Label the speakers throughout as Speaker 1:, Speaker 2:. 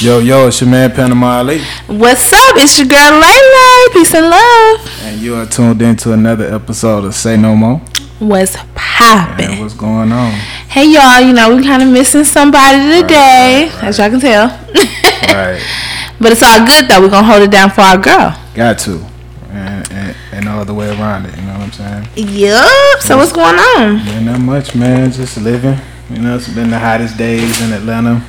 Speaker 1: Yo, yo, it's your man Panama Ali,
Speaker 2: What's up? It's your girl Layla. Peace and love.
Speaker 1: and you are tuned in to another episode of Say No More.
Speaker 2: What's
Speaker 1: And
Speaker 2: poppin'?
Speaker 1: what's going on?
Speaker 2: Hey y'all, you know we kind of missing somebody today, as y'all can tell.
Speaker 1: Right,
Speaker 2: But it's all good though. We're gonna hold it down for our girl.
Speaker 1: got to, and, and, and all the way around it. You know what I'm saying?
Speaker 2: Yup. So what's going on?
Speaker 1: Ain't that much, man. Just living. You know, it's been the hottest days in Atlanta.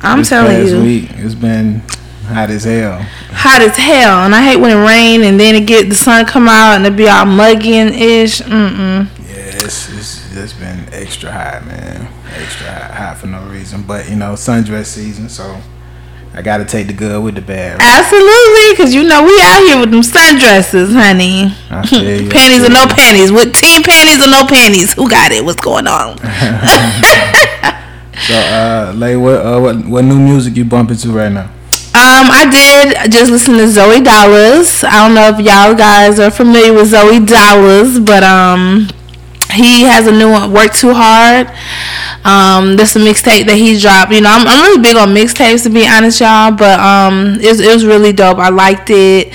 Speaker 2: I'm
Speaker 1: this
Speaker 2: telling
Speaker 1: past
Speaker 2: you,
Speaker 1: week it's been hot as hell.
Speaker 2: hot as hell, and I hate when it rain and then it get the sun come out and it be all muggy and ish. Mm mm.
Speaker 1: Yeah, it's, it's it's been extra hot, man. Extra hot, hot for no reason. But you know, sundress season, so I got to take the good with the bad. right?
Speaker 2: Absolutely, cause you know we out here with them sundresses, honey.
Speaker 1: I feel you, I
Speaker 2: panties
Speaker 1: feel
Speaker 2: or no
Speaker 1: you.
Speaker 2: panties? With teen panties or no panties? Who got it? What's going on?
Speaker 1: So, uh, Lay, what, uh, what what new music you bumping to right now?
Speaker 2: Um, I did just listen to Zoe Dollars. I don't know if y'all guys are familiar with Zoe Dollars, but um, he has a new one, "Work Too Hard." Um, that's a mixtape that he dropped. You know, I'm, I'm really big on mixtapes to be honest, y'all. But um, it was, it was really dope. I liked it,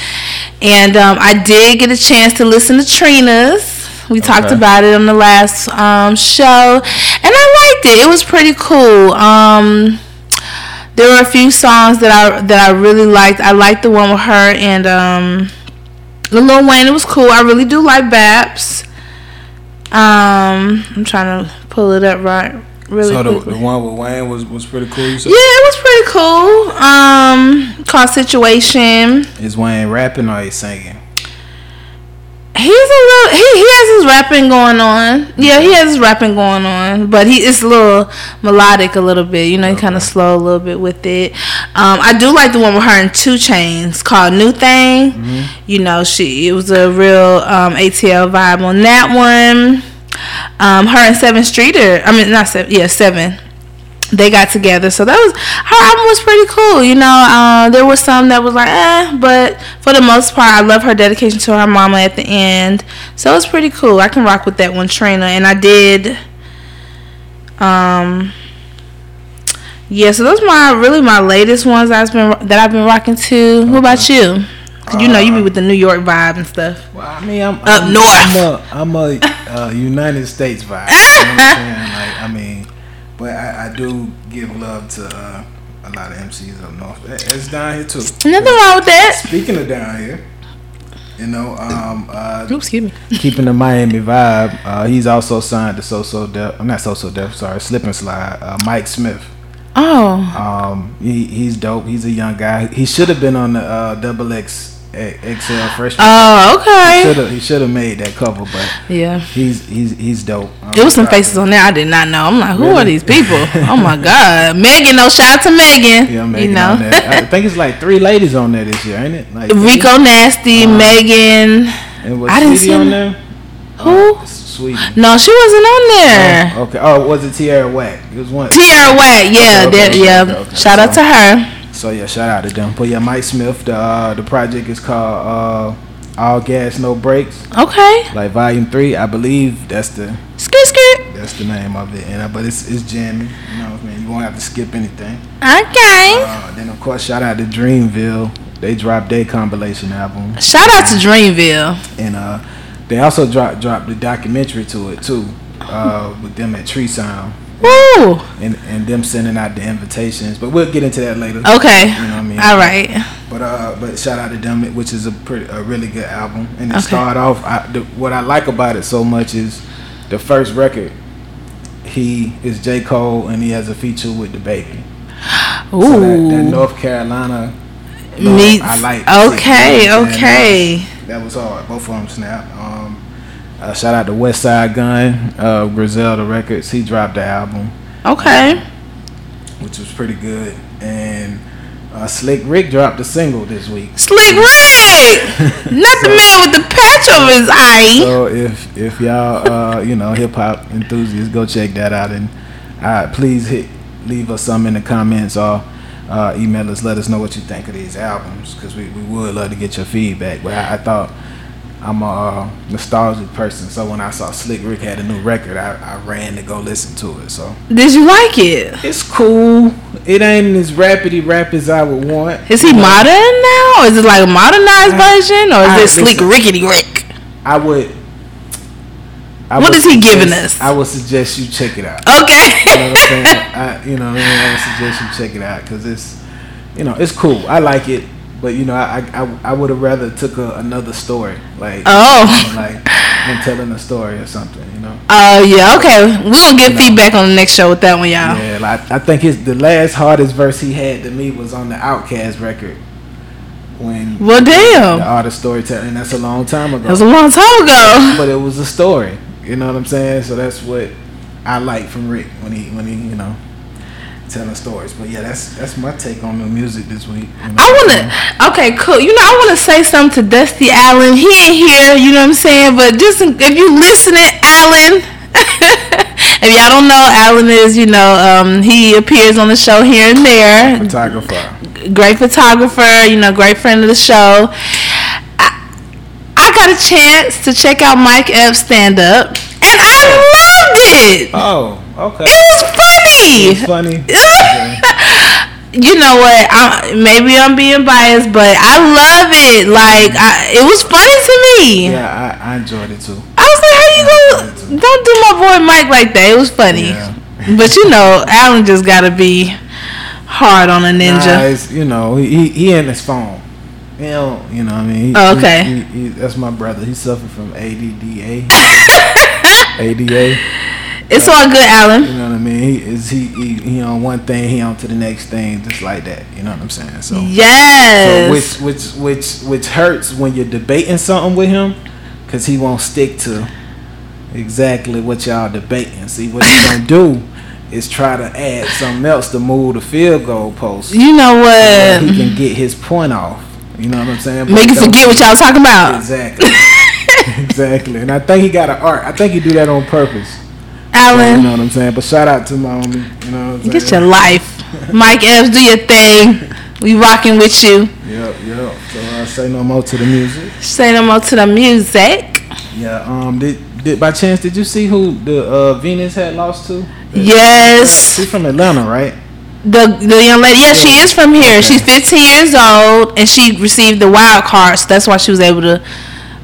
Speaker 2: and um, I did get a chance to listen to Trina's. We talked
Speaker 1: Okay.
Speaker 2: about it on the last um, show, and I liked it. It was pretty cool. Um, there were a few songs that I that I really liked. I liked the one with her and um the Lil Wayne. It was cool. I really do like Baps. Um, I'm trying to pull it up right really
Speaker 1: so the,
Speaker 2: quickly.
Speaker 1: the one with Wayne was, was pretty cool. You said
Speaker 2: yeah, it was pretty cool. Um, called Situation.
Speaker 1: is Wayne rapping or he singing?
Speaker 2: He's a little. He, he has his rapping going on. Yeah, he has his rapping going on, but he it's a little melodic a little bit. You know, he kind of slow a little bit with it. Um, I do like the one with her and Two Chains called New Thing. You know, she it was a real um, ATL vibe on that one. Um, her and Seven Streeter. I mean, not seven. Yeah, seven they got together. So that was her album was pretty cool. You know, uh, there was some that was like, eh, but for the most part, I love her dedication to her mama at the end. So it was pretty cool. I can rock with that one, Trina, and I did. Um. Yeah, so those my really my latest ones I've been that I've been rocking to. What about you? 'Cause you know you be with the New York vibe and stuff.
Speaker 1: Well, I mean, I'm up
Speaker 2: I'm- north.
Speaker 1: I'm a, I'm a uh, United States vibe. You know what I'm saying? Like, I mean, but I, I do give love to uh, a lot of MCs up north. It- It's down here too.
Speaker 2: Nothing wrong with that.
Speaker 1: Speaking of down here, you know, um, uh,
Speaker 2: Oops, excuse me.
Speaker 1: keeping the Miami vibe. Uh, he's also signed to So So Def. I'm not So So Def. Sorry, Slip and Slide. Uh, Mike Smith.
Speaker 2: Oh,
Speaker 1: Um, he, he's dope. He's a young guy. He should have been on the uh, Double X XL freshman. should
Speaker 2: oh, okay.
Speaker 1: have he should have made that cover, but
Speaker 2: Yeah.
Speaker 1: he's he's he's dope. Um,
Speaker 2: There was some
Speaker 1: shout out
Speaker 2: faces on there I did not know. I'm like, who are
Speaker 1: Really?
Speaker 2: these people? Oh my god, Megan! No shout out to Megan.
Speaker 1: to- Yeah,
Speaker 2: you
Speaker 1: Megan
Speaker 2: know,
Speaker 1: on there. I think it's like three ladies on there this year, ain't it? Like
Speaker 2: Rico Nasty,
Speaker 1: Uh-huh.
Speaker 2: Megan.
Speaker 1: And was
Speaker 2: I didn't
Speaker 1: Sweetie
Speaker 2: see
Speaker 1: on
Speaker 2: him.
Speaker 1: there.
Speaker 2: Who?
Speaker 1: Sweetie.
Speaker 2: No, she wasn't on there.
Speaker 1: Okay. Oh, was it Tierra Whack? It was one.
Speaker 2: Tierra
Speaker 1: Okay,
Speaker 2: Whack, yeah, there,
Speaker 1: Oh, okay,
Speaker 2: yeah.
Speaker 1: okay, okay.
Speaker 2: Shout out to
Speaker 1: So-
Speaker 2: her.
Speaker 1: So yeah, shout out to them. But yeah, Mike Smith. The uh, the project is called uh, All Gas No Brakes,
Speaker 2: Okay,
Speaker 1: like Volume Three, I believe. That's the
Speaker 2: skirt, skirt.
Speaker 1: that's the name of it. And uh, but it's it's jamming. You know what I mean? You won't have to skip anything.
Speaker 2: Okay.
Speaker 1: Uh, then of course, shout out to Dreamville. They dropped their compilation album,
Speaker 2: Shout out to Dreamville.
Speaker 1: and uh, they also dropped dropped the documentary to it too, uh, with them at Tree Sound.
Speaker 2: Woo.
Speaker 1: And, and them sending out the invitations, but we'll get into that later.
Speaker 2: Okay.
Speaker 1: You know what I mean?
Speaker 2: All right.
Speaker 1: But uh, but shout out to them, which is a pretty, a really good album. And it
Speaker 2: Okay.
Speaker 1: started off. I, the, what I like about it so much is the first record. He is J Cole, and he has a feature with the baby.
Speaker 2: Ooh.
Speaker 1: So that, that North Carolina. love,
Speaker 2: Meets-
Speaker 1: I like.
Speaker 2: okay,
Speaker 1: You know what I'm saying?
Speaker 2: okay.
Speaker 1: That was, that was hard. Both of them snapped. Um, uh, shout out to West Side Gun, uh, Griselda Records. He dropped the album
Speaker 2: Okay.
Speaker 1: which was pretty good. And uh, Slick Rick dropped a single this week.
Speaker 2: Slick Rick. Not the man with the patch over his eye.
Speaker 1: So if if y'all uh, you know hip hop enthusiasts, go check that out. And uh, please hit leave us some in the comments or uh, email us. Let us know what you think of these albums because we, we would love to get your feedback. But I, I thought. I'm a uh, nostalgic person, so when I saw Slick Rick had a new record, I, I ran to go listen to it. So
Speaker 2: Did you like it?
Speaker 1: it's cool. it ain't as rapidy rap as I would want.
Speaker 2: Is he modern now? Or is it like a modernized
Speaker 1: I-
Speaker 2: version? Or is
Speaker 1: Uh, I-
Speaker 2: it sleek
Speaker 1: listen.
Speaker 2: rickety rick?
Speaker 1: I would. I
Speaker 2: What
Speaker 1: would
Speaker 2: is he giving
Speaker 1: suggest-
Speaker 2: us?
Speaker 1: I would suggest you check it out. You know
Speaker 2: Okay.
Speaker 1: what I'm saying? I, you know, what I mean? I would suggest you check it out because it's, you know, it's cool. I like it, but you know, I I, I would have rather took a, another story, like
Speaker 2: Oh.
Speaker 1: like I'm telling a story or something, you know.
Speaker 2: Oh yeah, okay. We're gonna get
Speaker 1: No.
Speaker 2: feedback on the next show with that one, y'all.
Speaker 1: Yeah, like, I think his the last hardest verse he had to me was on the Outcast record when
Speaker 2: Well
Speaker 1: the
Speaker 2: damn.
Speaker 1: art of storytelling. That's a long time ago.
Speaker 2: That was a long time ago.
Speaker 1: but it was a story. You know what I'm saying? So that's what I like from Rick when he when he you know telling stories. But yeah, that's that's my take on the music this week. you know.
Speaker 2: I wanna okay, cool. You know, I wanna say something to Dusty Allen. He ain't here, you know what I'm saying? But just in- if you listening, Allen if y'all don't know, Allen is, you know, um, he appears on the show here and there.
Speaker 1: photographer.
Speaker 2: great photographer, you know, great friend of the show. I, I got a chance to check out Mike Epps stand up, and I loved it.
Speaker 1: Oh, okay.
Speaker 2: It was
Speaker 1: It's
Speaker 2: funny.
Speaker 1: funny.
Speaker 2: you know what? I, maybe I'm being biased, but I love it. Like, I, it was funny to me.
Speaker 1: Yeah, I, I enjoyed it too.
Speaker 2: I was like, how you gonna don't do my boy Mike like that? It was funny,
Speaker 1: Yeah.
Speaker 2: but you know, Alan just gotta be hard on a ninja.
Speaker 1: Nah, it's, you know, he, he he in his phone. You know, you know what I mean? He-
Speaker 2: Oh, okay.
Speaker 1: he- he- he- that's my brother. He suffered from ADDA. ADA.
Speaker 2: it's all good, Alan.
Speaker 1: You know what I mean? He is he, he he on one thing, he on to the next thing, just like that. You know what I'm saying? So, so
Speaker 2: Yes.
Speaker 1: which which which which hurts when you're debating something with him, cause he won't stick to exactly what y'all debating. See what he gonna do is try to add something else to move the field goal post.
Speaker 2: you know
Speaker 1: where
Speaker 2: what?
Speaker 1: he can get his point off. You know what I'm saying? But
Speaker 2: Make you
Speaker 1: don't-
Speaker 2: forget what y'all talking about.
Speaker 1: Exactly. exactly. And I think he got an art. I think he do that on purpose. You know
Speaker 2: Alan,
Speaker 1: what I'm saying? But shout out to my homie. You know what I'm
Speaker 2: get your
Speaker 1: saying?
Speaker 2: life. Mike Epps, do your thing. We rocking with you.
Speaker 1: Yep, yep. So uh, say no more to the music.
Speaker 2: Say no more to the music.
Speaker 1: Yeah. Um. Did did by chance did you see who the uh, Venus had lost to?
Speaker 2: Yes.
Speaker 1: She's from Atlanta, right?
Speaker 2: The the young lady, yeah, she is from here. She's 15 years old and she received the wild card, so that's why she was able to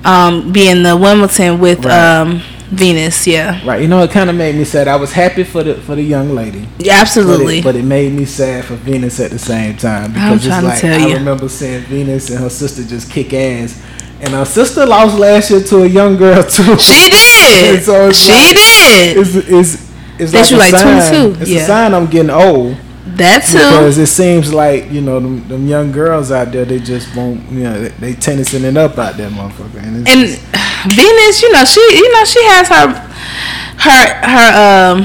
Speaker 2: um, be in the Wimbledon with
Speaker 1: Right.
Speaker 2: um, Venus. Yeah,
Speaker 1: Right. You know, it kind of made me sad. I was happy for the for the young lady.
Speaker 2: yeah absolutely.
Speaker 1: But it, but it made me sad for Venus at the same time because
Speaker 2: I'm
Speaker 1: it's
Speaker 2: trying to
Speaker 1: like
Speaker 2: tell
Speaker 1: I
Speaker 2: you.
Speaker 1: remember seeing Venus and her sister just kick ass, and her sister lost last year to a young girl too.
Speaker 2: she did.
Speaker 1: So it's
Speaker 2: she
Speaker 1: like-
Speaker 2: did.
Speaker 1: It's it's it's
Speaker 2: That
Speaker 1: like,
Speaker 2: you
Speaker 1: a
Speaker 2: like
Speaker 1: sign.
Speaker 2: 22,
Speaker 1: It's
Speaker 2: yeah.
Speaker 1: a sign I'm getting old
Speaker 2: That too.
Speaker 1: because it seems like you know them, them young girls out there they just won't you know they, they tennising it up out there, motherfucker. And, it's
Speaker 2: and
Speaker 1: just-
Speaker 2: Venus, you know, she you know she has her her her um.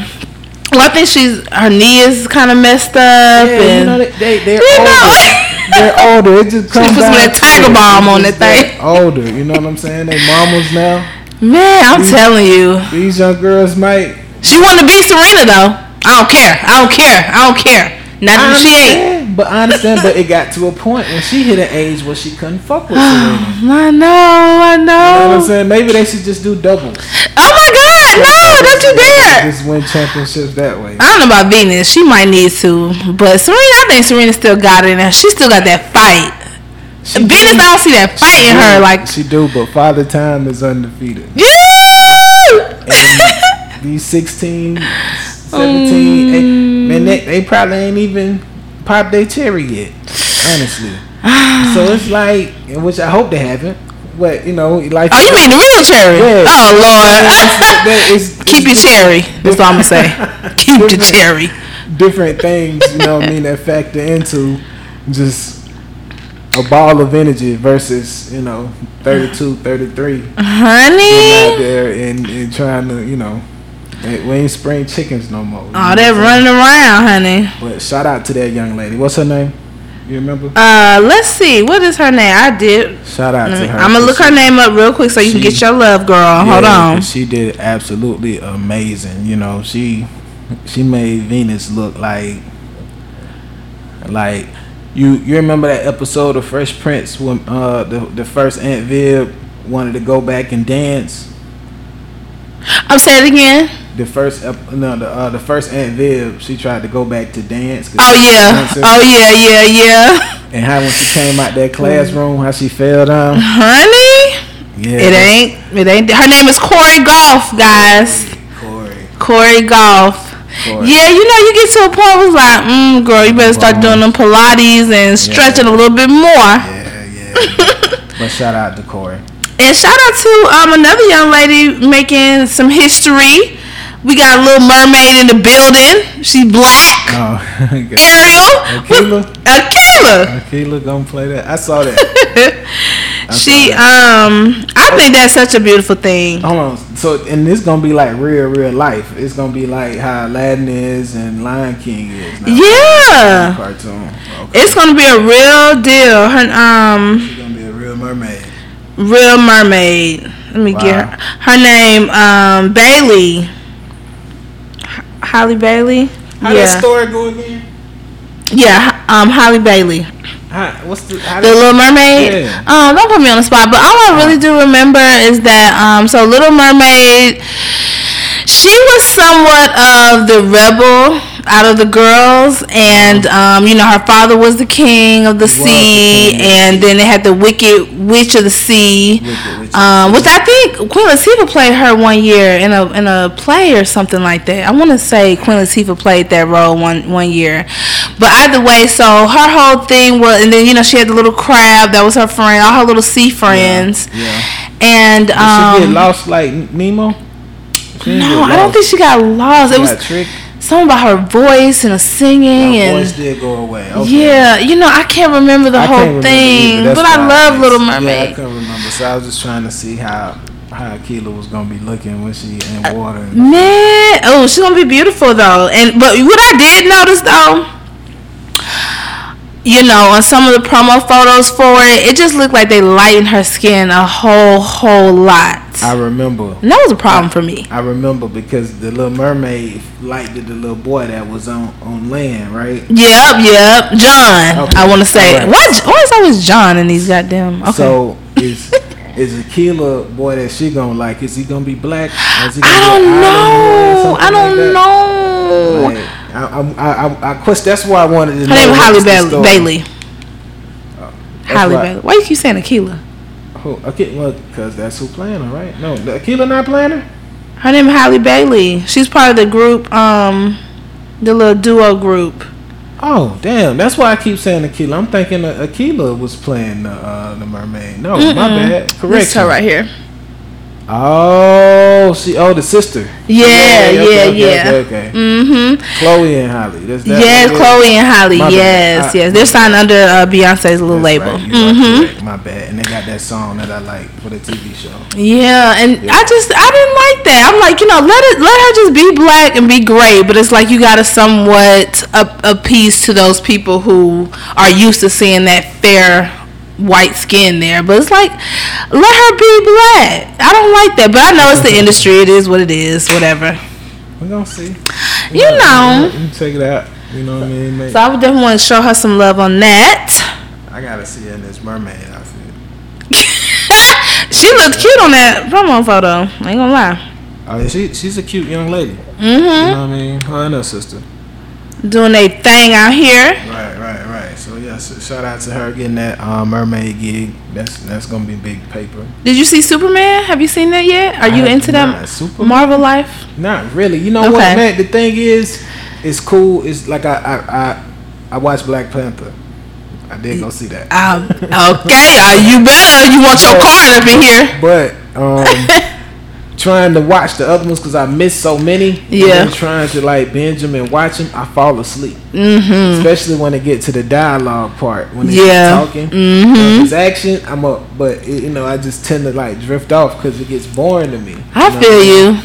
Speaker 2: Well, I think she's her knee is kind of messed up,
Speaker 1: yeah,
Speaker 2: and
Speaker 1: you know they, they they're
Speaker 2: You know.
Speaker 1: older. they're older. It just comes
Speaker 2: put some
Speaker 1: down
Speaker 2: of that
Speaker 1: to
Speaker 2: Tiger
Speaker 1: it.
Speaker 2: Balm
Speaker 1: It's
Speaker 2: on
Speaker 1: just
Speaker 2: that thing.
Speaker 1: they're Older, you know what I'm saying? They mamas now.
Speaker 2: man,
Speaker 1: Mm-hmm.
Speaker 2: I'm telling you,
Speaker 1: These young girls might.
Speaker 2: she want to be Serena though. I don't care. I don't care. I don't care. Not
Speaker 1: I
Speaker 2: that she ain't.
Speaker 1: understand, but I understand. but it got to a point when she hit an age where she couldn't fuck with Serena.
Speaker 2: I know. I
Speaker 1: You know what I'm
Speaker 2: know.
Speaker 1: saying? Maybe they should just do doubles.
Speaker 2: Oh my God! No, don't you dare.
Speaker 1: Just win championships that way.
Speaker 2: I don't know about Venus. She might need to, but Serena, I think Serena still got it. in her. She still got that fight.
Speaker 1: She
Speaker 2: Venus,
Speaker 1: do-
Speaker 2: I don't see that
Speaker 1: she
Speaker 2: fight in
Speaker 1: do-
Speaker 2: her. Like
Speaker 1: she do, but Father Time is undefeated.
Speaker 2: Yeah.
Speaker 1: These 16, 17,
Speaker 2: Um,
Speaker 1: eh, man, they, they probably ain't even popped their cherry yet. Honestly, so it's like, which I hope they haven't. But you know, like
Speaker 2: oh, you mean the real cherry?
Speaker 1: Yeah.
Speaker 2: Oh Lord.
Speaker 1: That is-
Speaker 2: Keep your cherry. That's all I'm gonna say. Keep the cherry.
Speaker 1: different things, you know what I mean, that factor into just a ball of energy versus, you know, 32, 33 being out
Speaker 2: Honey.
Speaker 1: there and, and trying to, you know, eh, we ain't spring chickens no more. you
Speaker 2: Oh,
Speaker 1: know
Speaker 2: that
Speaker 1: what I'm saying?
Speaker 2: running around, honey.
Speaker 1: But shout out to that young lady. What's her name? You remember?
Speaker 2: Uh, let's see. What is her name? I did.
Speaker 1: Shout out to her.
Speaker 2: I'm gonna Mm, look her name up real quick so you can
Speaker 1: She-
Speaker 2: get your love, girl. Hold
Speaker 1: Yeah,
Speaker 2: on.
Speaker 1: She did absolutely amazing. You know, she she made Venus look like like you you remember that episode of Fresh Prince when uh the, the first Aunt Viv wanted to go back and dance.
Speaker 2: I'm saying Oh, it again.
Speaker 1: the first ep- no the uh, the first Aunt Viv she tried to go back to dance. 'cause
Speaker 2: Oh
Speaker 1: she was
Speaker 2: yeah.
Speaker 1: dancing.
Speaker 2: Oh yeah. Yeah yeah.
Speaker 1: And how when she came out that classroom, how she fell down.
Speaker 2: Honey,
Speaker 1: Yeah,
Speaker 2: it ain't. It ain't. Her name is Corey Golf, guys.
Speaker 1: Corey.
Speaker 2: Corey Golf.
Speaker 1: Corey.
Speaker 2: Yeah, you know, you get to a point where it's like, mm, girl, you better start doing them Pilates and stretching a little bit more.
Speaker 1: Yeah, yeah. but shout out to Corey.
Speaker 2: And shout out to um, another young lady making some history. We got a little mermaid in the building. She's black.
Speaker 1: Oh, okay.
Speaker 2: Ariel. with- uh,
Speaker 1: Akila,
Speaker 2: Akila.
Speaker 1: Akila gonna play that. I saw that.
Speaker 2: She um I think that's such a beautiful thing.
Speaker 1: Hold on. So, and this gonna be like real, real life. It's gonna be like how Aladdin is and Lion King is. Now.
Speaker 2: Yeah.
Speaker 1: Cartoon. Okay.
Speaker 2: It's gonna be a real deal. Her um
Speaker 1: She's gonna be a real mermaid.
Speaker 2: real mermaid. Let me get
Speaker 1: Wow.
Speaker 2: her her name, um Bailey. H- Holly Bailey?
Speaker 1: How that
Speaker 2: yeah.
Speaker 1: story go again?
Speaker 2: Yeah, um Holly Bailey.
Speaker 1: How, what's the? How
Speaker 2: The
Speaker 1: did-
Speaker 2: Little Mermaid.
Speaker 1: Yeah.
Speaker 2: Um, don't put me on the spot, but all I really do remember is that um, so Little Mermaid, she was somewhat of the rebel out of the girls, and um, you know her father was the king of the
Speaker 1: was the
Speaker 2: sea,
Speaker 1: king.
Speaker 2: and then they had the Wicked Witch of the Sea.
Speaker 1: Wicked Witch.
Speaker 2: Um, which I think Queen Latifah played her one year in a in a play or something like that. I want to say Queen Latifah played that role one one year, but either way, so her whole thing was, and then you know she had the little crab that was her friend, all her little sea friends,
Speaker 1: yeah.
Speaker 2: and
Speaker 1: Did she get
Speaker 2: um,
Speaker 1: lost like Nemo? She didn't
Speaker 2: no,
Speaker 1: get
Speaker 2: I don't
Speaker 1: lost.
Speaker 2: think she got lost.
Speaker 1: She
Speaker 2: It was
Speaker 1: got tricked.
Speaker 2: something about her voice and the singing
Speaker 1: Her
Speaker 2: and.
Speaker 1: voice did go away. Okay.
Speaker 2: Yeah, you know I can't remember the
Speaker 1: I can't
Speaker 2: whole
Speaker 1: remember
Speaker 2: thing,
Speaker 1: either. That's
Speaker 2: but I
Speaker 1: why
Speaker 2: love Little
Speaker 1: yeah, I
Speaker 2: Mermaid.
Speaker 1: couldn't remember, so I was just trying to see how how Akila was gonna be looking when she
Speaker 2: Uh,
Speaker 1: in water. and-
Speaker 2: Man, oh, she's gonna be beautiful though. And but what I did notice though, you know, on some of the promo photos for it, it just looked like they lightened her skin a whole whole lot.
Speaker 1: I remember.
Speaker 2: and that was a problem for me.
Speaker 1: I remember because the Little Mermaid liked the little boy that was on on land, right?
Speaker 2: Yep, yep, John.
Speaker 1: Okay.
Speaker 2: I want to say
Speaker 1: Alright.
Speaker 2: why? Why is always John in these goddamn? Okay.
Speaker 1: So is is Akila boy that she gonna like? Is he gonna be black? Is he gonna
Speaker 2: I
Speaker 1: be
Speaker 2: don't
Speaker 1: an island boy
Speaker 2: know.
Speaker 1: or
Speaker 2: I
Speaker 1: something like
Speaker 2: don't
Speaker 1: that?
Speaker 2: know.
Speaker 1: Like, I, I'm- I, I, I, quest, that's why I wanted to
Speaker 2: her name
Speaker 1: know.
Speaker 2: was
Speaker 1: what
Speaker 2: Holly
Speaker 1: was the
Speaker 2: Bailey.
Speaker 1: story. Oh,
Speaker 2: Bailey.
Speaker 1: That's
Speaker 2: Holly
Speaker 1: why-
Speaker 2: Bailey. Why you keep saying Aquila?
Speaker 1: Who? Okay, well, because that's who playing her, right? No, the Akila not playing her?
Speaker 2: Her name Holly Bailey. She's part of the group, um, the little duo group.
Speaker 1: Oh, damn. That's why I keep saying Akila. I'm thinking uh, Akila was playing the, uh, the mermaid. No, my bad.
Speaker 2: This is
Speaker 1: Correct.
Speaker 2: her right here.
Speaker 1: Oh, she, oh, the sister.
Speaker 2: Yeah, yeah,
Speaker 1: okay, okay,
Speaker 2: yeah.
Speaker 1: Okay, okay,
Speaker 2: Mm-hmm.
Speaker 1: Chloe and Holly. That's that
Speaker 2: Yes,
Speaker 1: one,
Speaker 2: Chloe and Holly.
Speaker 1: My bad.
Speaker 2: yes,
Speaker 1: I-
Speaker 2: yes. They're signed under uh, Beyonce's little
Speaker 1: That's
Speaker 2: label.
Speaker 1: right, you are
Speaker 2: mm-hmm.
Speaker 1: correct. My bad. And they got that song that I like for the TV show.
Speaker 2: Yeah, and I just I didn't like that. I'm like, you know, let it let her just be black and be gray, but it's like you got to somewhat up appease to those people who are used to seeing that fair white skin there. But it's like let her be black. I don't like that, but I know it's the industry. It is what it is. Whatever.
Speaker 1: We're going to see.
Speaker 2: You know.
Speaker 1: You check it out. You know what I mean? Make-
Speaker 2: So I would definitely want to show her some love on that.
Speaker 1: I gotta see her in this mermaid outfit.
Speaker 2: she looked cute on that promo photo. I ain't gonna lie.
Speaker 1: I mean, Oh, she she's a cute young lady. You
Speaker 2: Mhm.
Speaker 1: know what I mean? Her and her sister.
Speaker 2: Doing a thing out here.
Speaker 1: Right, right, right. So yes, shout out to her getting that uh, mermaid gig. That's that's gonna be big paper.
Speaker 2: Did you see Superman? Have you seen that yet? Are
Speaker 1: I
Speaker 2: you
Speaker 1: have
Speaker 2: into
Speaker 1: not.
Speaker 2: that
Speaker 1: Super-
Speaker 2: Marvel life?
Speaker 1: Not really. You know
Speaker 2: Okay.
Speaker 1: what, man? The thing is, it's cool. It's like I I I, I watched Black Panther. I did go see that.
Speaker 2: Um, okay, uh, you better. You want your card up in here.
Speaker 1: But um, trying to watch the other ones because I missed so many. and
Speaker 2: Yeah.
Speaker 1: then trying to like binge them and watch them, I fall asleep.
Speaker 2: Mm-hmm.
Speaker 1: especially when they get to the dialogue part when they
Speaker 2: Yeah. Mm-hmm.
Speaker 1: are talking. If it's action, I'm up, but it, you know I just tend to like drift off because it gets boring to me.
Speaker 2: I
Speaker 1: know?
Speaker 2: feel you.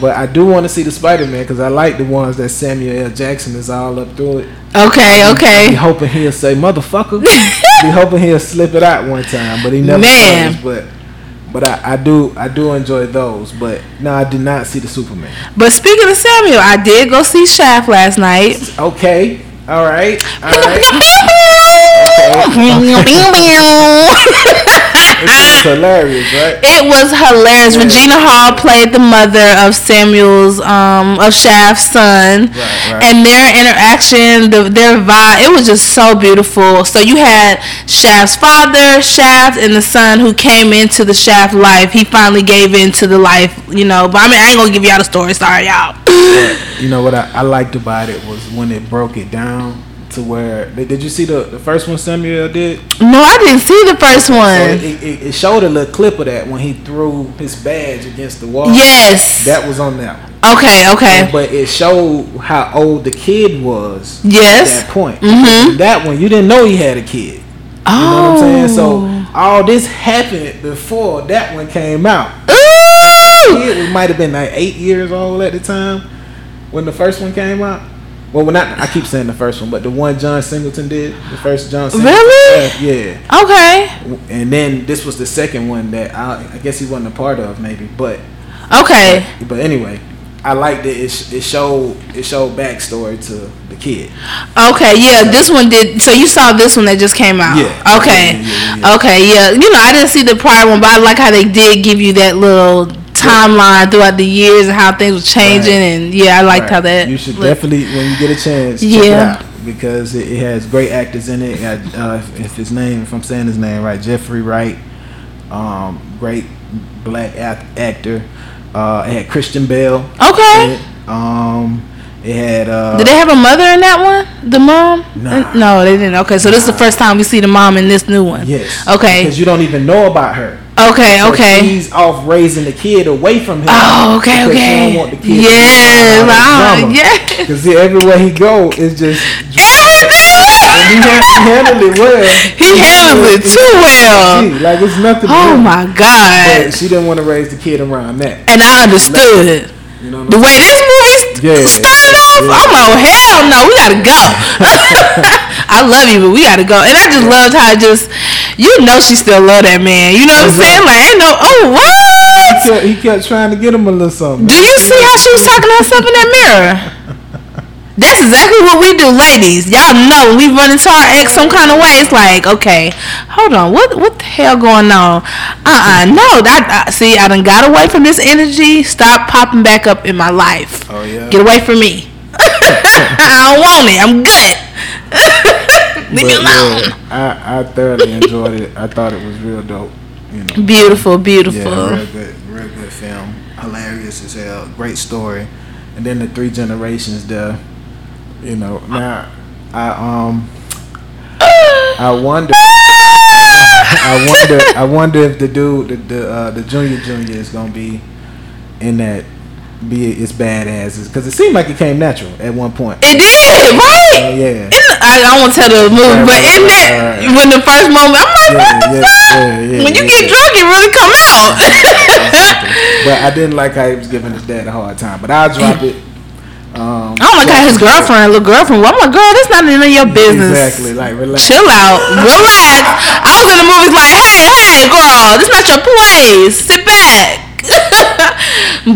Speaker 1: But I do want to see the Spider Man because I like the ones that Samuel L. Jackson is all up through it.
Speaker 2: Okay,
Speaker 1: Be
Speaker 2: okay.
Speaker 1: hoping he'll say motherfucker. be hoping he'll slip it out one time, but he never
Speaker 2: Man.
Speaker 1: does. But but I, I do I do enjoy those. But no, I did not see the Superman.
Speaker 2: But speaking of Samuel, I did go see Shaft last night.
Speaker 1: Okay, all right, all right.
Speaker 2: Pew, pew, pew.
Speaker 1: It's hilarious, right?
Speaker 2: It was hilarious.
Speaker 1: Yeah.
Speaker 2: Regina Hall played the mother of Samuel's, um, of Shaft's son,
Speaker 1: Right, right.
Speaker 2: and their interaction, the, their vibe, it was just so beautiful. So you had Shaft's father, Shaft, and the son who came into the Shaft life. He finally gave into the life, you know. But I mean, I ain't gonna give y'all the story. Sorry, y'all.
Speaker 1: You know what I, I liked about it was when it broke it down to where did, did you see the, the first one Samuel did?
Speaker 2: no, I didn't see the first
Speaker 1: So
Speaker 2: one.
Speaker 1: it, it, it showed a little clip of that when he threw his badge against the wall.
Speaker 2: yes.
Speaker 1: uh, That was on that one.
Speaker 2: okay. Okay.
Speaker 1: But it showed how old the kid was
Speaker 2: Yes.
Speaker 1: at that point.
Speaker 2: Mhm.
Speaker 1: That one, you didn't know he had a kid. You know what I'm saying?
Speaker 2: Oh.
Speaker 1: So all this happened before that one came out.
Speaker 2: Ooh!
Speaker 1: Kid might have been like eight years old at the time when the first one came out. Well, when I, I keep saying the first one, but the one John Singleton did, the first John Singleton.
Speaker 2: Really?
Speaker 1: Yeah. yeah.
Speaker 2: Okay.
Speaker 1: And then this was the second one that I, I guess he wasn't a part of, maybe. But
Speaker 2: Okay.
Speaker 1: but anyway, I liked it. It, sh- it showed it showed backstory to the kid.
Speaker 2: Okay. Yeah. This one did. So you saw this one that just came out.
Speaker 1: Yeah. Yeah,
Speaker 2: Okay.
Speaker 1: yeah, yeah, yeah.
Speaker 2: Okay. Yeah. You know, I didn't see the prior one, but I like how they did give you that little timeline throughout the years and how things were changing.
Speaker 1: Right.
Speaker 2: And yeah, I liked
Speaker 1: Right.
Speaker 2: how that.
Speaker 1: You should
Speaker 2: looked.
Speaker 1: definitely when you get a chance. Check it
Speaker 2: Yeah.
Speaker 1: out because it, it has great actors in it. It got, Uh, if, if his name, if I'm saying his name right, Jeffrey Wright, um, great black act- actor. Uh, it had Christian Bale.
Speaker 2: Okay.
Speaker 1: in it. Um, it had. Uh,
Speaker 2: Did they have a mother in that one? The mom?
Speaker 1: Nah.
Speaker 2: No, they didn't. Okay, so this is the first time we see the mom in this new one.
Speaker 1: yes.
Speaker 2: Okay.
Speaker 1: Because you don't even know about her.
Speaker 2: Okay.
Speaker 1: So
Speaker 2: Okay.
Speaker 1: She's off raising the kid away from him.
Speaker 2: Oh, okay,
Speaker 1: because
Speaker 2: okay.
Speaker 1: She don't want the kid.
Speaker 2: Yes, ah, yes.
Speaker 1: Because everywhere he go, it's just.
Speaker 2: Everything.
Speaker 1: He handled it well.
Speaker 2: He handled it too well.
Speaker 1: Gee, like it's nothing. to
Speaker 2: Oh
Speaker 1: him.
Speaker 2: my
Speaker 1: But
Speaker 2: god.
Speaker 1: she didn't want to raise the kid around that.
Speaker 2: And I understood.
Speaker 1: You know. What
Speaker 2: The
Speaker 1: I'm
Speaker 2: way this movie
Speaker 1: Yeah,
Speaker 2: started off,
Speaker 1: yeah.
Speaker 2: I'm like, hell no, we gotta go. I love you, but we gotta go. And I just loved how it just, you know, she still love that man. You know what I'm saying? Like, ain't no, oh
Speaker 1: he,
Speaker 2: what?
Speaker 1: kept, he kept trying to get him a little something.
Speaker 2: Do you see how she was talking to herself in that mirror? That's exactly what we do, ladies. Y'all know when we run into our ex some kind of way. It's like, okay, hold on, what what the hell going on? Uh uh no, that I, see, I done got away from this energy. Stop popping back up in my life.
Speaker 1: Oh yeah.
Speaker 2: Get away from me. I don't want it. I'm good. Leave me
Speaker 1: But,
Speaker 2: alone.
Speaker 1: yeah, I, I thoroughly enjoyed it. I thought it was real dope. You know.
Speaker 2: Beautiful, beautiful.
Speaker 1: Yeah, real good, real good film. Hilarious as hell. Great story. And then the three generations there. You know, now I um I wonder I wonder I wonder if the dude the the, uh, the junior junior is gonna be in that be as badass because it seemed like it came natural at one point.
Speaker 2: It did, right?
Speaker 1: Oh, yeah.
Speaker 2: In the, I don't want to tell the movie, but in that, when the first moment, I'm like, what the
Speaker 1: Yeah, yeah,
Speaker 2: fuck?
Speaker 1: yeah, yeah,
Speaker 2: when you
Speaker 1: yeah,
Speaker 2: get
Speaker 1: yeah.
Speaker 2: drunk, it really come out.
Speaker 1: But I didn't like how he was giving his dad a hard time. But I'll drop it. Um,
Speaker 2: I don't like how his girlfriend, little girlfriend, well, I'm like, girl, that's not none of your business.
Speaker 1: Exactly. Like relax.
Speaker 2: Chill out, relax. I was in the movies like, hey, hey, girl, this not your place. Sit back.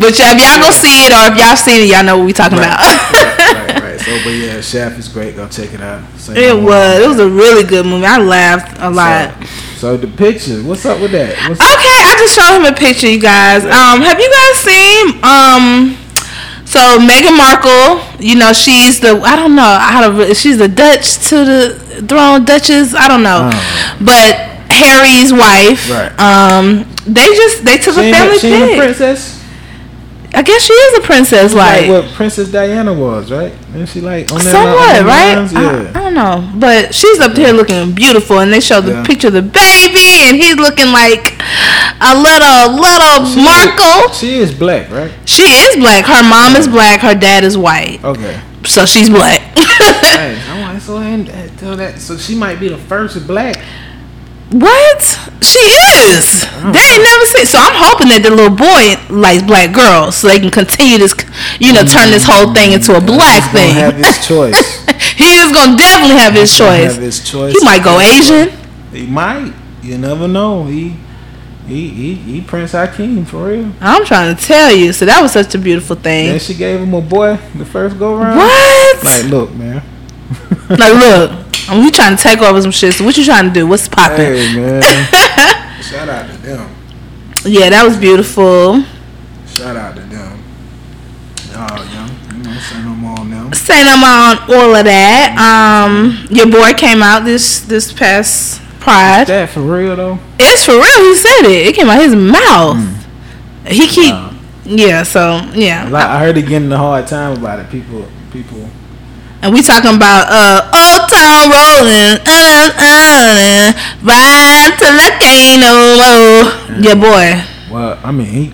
Speaker 2: but y'all, if y'all go see it, or if y'all seen it, y'all know what we talking
Speaker 1: Right,
Speaker 2: about.
Speaker 1: right, right. So, but yeah, Shaft is great. Go check it out. Say no
Speaker 2: It
Speaker 1: more.
Speaker 2: was. It was a really good movie. I laughed a lot.
Speaker 1: So, so the picture. What's up with that? What's up?
Speaker 2: Okay, I just showed him a picture, you guys. Um, have you guys seen um? So Meghan Markle, you know, she's the I don't know how to re- she's the Dutch to the throne Duchess. I don't know,
Speaker 1: Oh.
Speaker 2: but Harry's wife.
Speaker 1: Right.
Speaker 2: Um, they just they took
Speaker 1: She
Speaker 2: a
Speaker 1: ain't-
Speaker 2: family
Speaker 1: she ain't a
Speaker 2: pic.
Speaker 1: princess.
Speaker 2: I guess she is a princess,
Speaker 1: Like,
Speaker 2: like,
Speaker 1: what Princess Diana was, right? And she like on that
Speaker 2: somewhat,
Speaker 1: on them
Speaker 2: right?
Speaker 1: lines?
Speaker 2: I, I
Speaker 1: Yeah.
Speaker 2: don't know, but she's up here looking beautiful, and they showed the
Speaker 1: Yeah.
Speaker 2: picture of the baby, and he's looking like a little little
Speaker 1: She is-
Speaker 2: Markle.
Speaker 1: She is black, right?
Speaker 2: She is black. Her mom is black. Her dad is white.
Speaker 1: Okay.
Speaker 2: So she's black.
Speaker 1: hey, I want so I ain't- I tell that. So she might be the first black.
Speaker 2: what? She is. They ain't never seen. So I'm hoping that the little boy likes black girls, so they can continue this, you know, turn this whole thing into a black
Speaker 1: Mm-hmm. He's gonna
Speaker 2: thing.
Speaker 1: Have his choice.
Speaker 2: he is gonna definitely have his
Speaker 1: Gonna
Speaker 2: choice.
Speaker 1: Have his choice.
Speaker 2: He might go Asian.
Speaker 1: He might. You never know. He he he, he Prince Hakeem for real.
Speaker 2: I'm trying to tell you. So that was such a beautiful
Speaker 1: Then
Speaker 2: thing.
Speaker 1: she gave him a boy the first go round.
Speaker 2: What?
Speaker 1: Like, look, man.
Speaker 2: Like, look, we trying to take over some shit. So what you trying to do? What's popping?
Speaker 1: Hey, man. Shout out to them.
Speaker 2: Yeah, that was beautiful.
Speaker 1: Shout out to them. Oh, yeah. You know, say no more on them.
Speaker 2: Say no more on all of that. Um, your boy came out this this past Pride.
Speaker 1: That for real though.
Speaker 2: It's for real. He said it. It came out his mouth. He keep yeah. So yeah,
Speaker 1: Like, I heard he getting a hard time about it. People, people.
Speaker 2: and we talking about uh old town rolling, uh, uh, ride till I can't no more. Your boy.
Speaker 1: Well, I mean, he,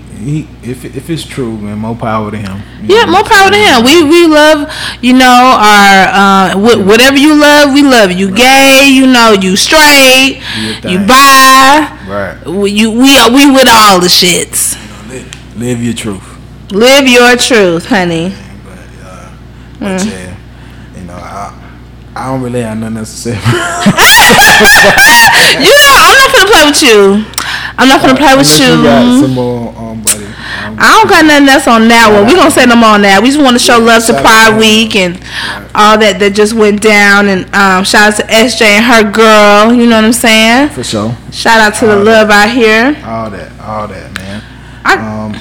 Speaker 1: he if if it's true, man, more power to him. You
Speaker 2: Yeah,
Speaker 1: know,
Speaker 2: more power to him. We we love, you know, our uh, wh- whatever you love, we love you. Gay, you know, you straight,
Speaker 1: do your
Speaker 2: you
Speaker 1: thing.
Speaker 2: bi,
Speaker 1: Right.
Speaker 2: we, you we are we with all the shits.
Speaker 1: You know, live, live your truth.
Speaker 2: Live your truth, honey.
Speaker 1: man, But, uh, but
Speaker 2: Mm.
Speaker 1: yeah, you know, I I don't really have nothing else to say.
Speaker 2: You know, I'm not gonna play with you. I'm not gonna play with
Speaker 1: Unless
Speaker 2: you.
Speaker 1: you got some more on, buddy. Um,
Speaker 2: I don't got nothing else on that one. We gonna say them on that. We just want to show love to
Speaker 1: Shout
Speaker 2: Pride
Speaker 1: out.
Speaker 2: Week and all that that just went down. And um, shout out to SJ and her girl. You know what I'm saying?
Speaker 1: for sure.
Speaker 2: Shout out to the
Speaker 1: All
Speaker 2: love out here.
Speaker 1: All that, all that, man.
Speaker 2: I-
Speaker 1: um,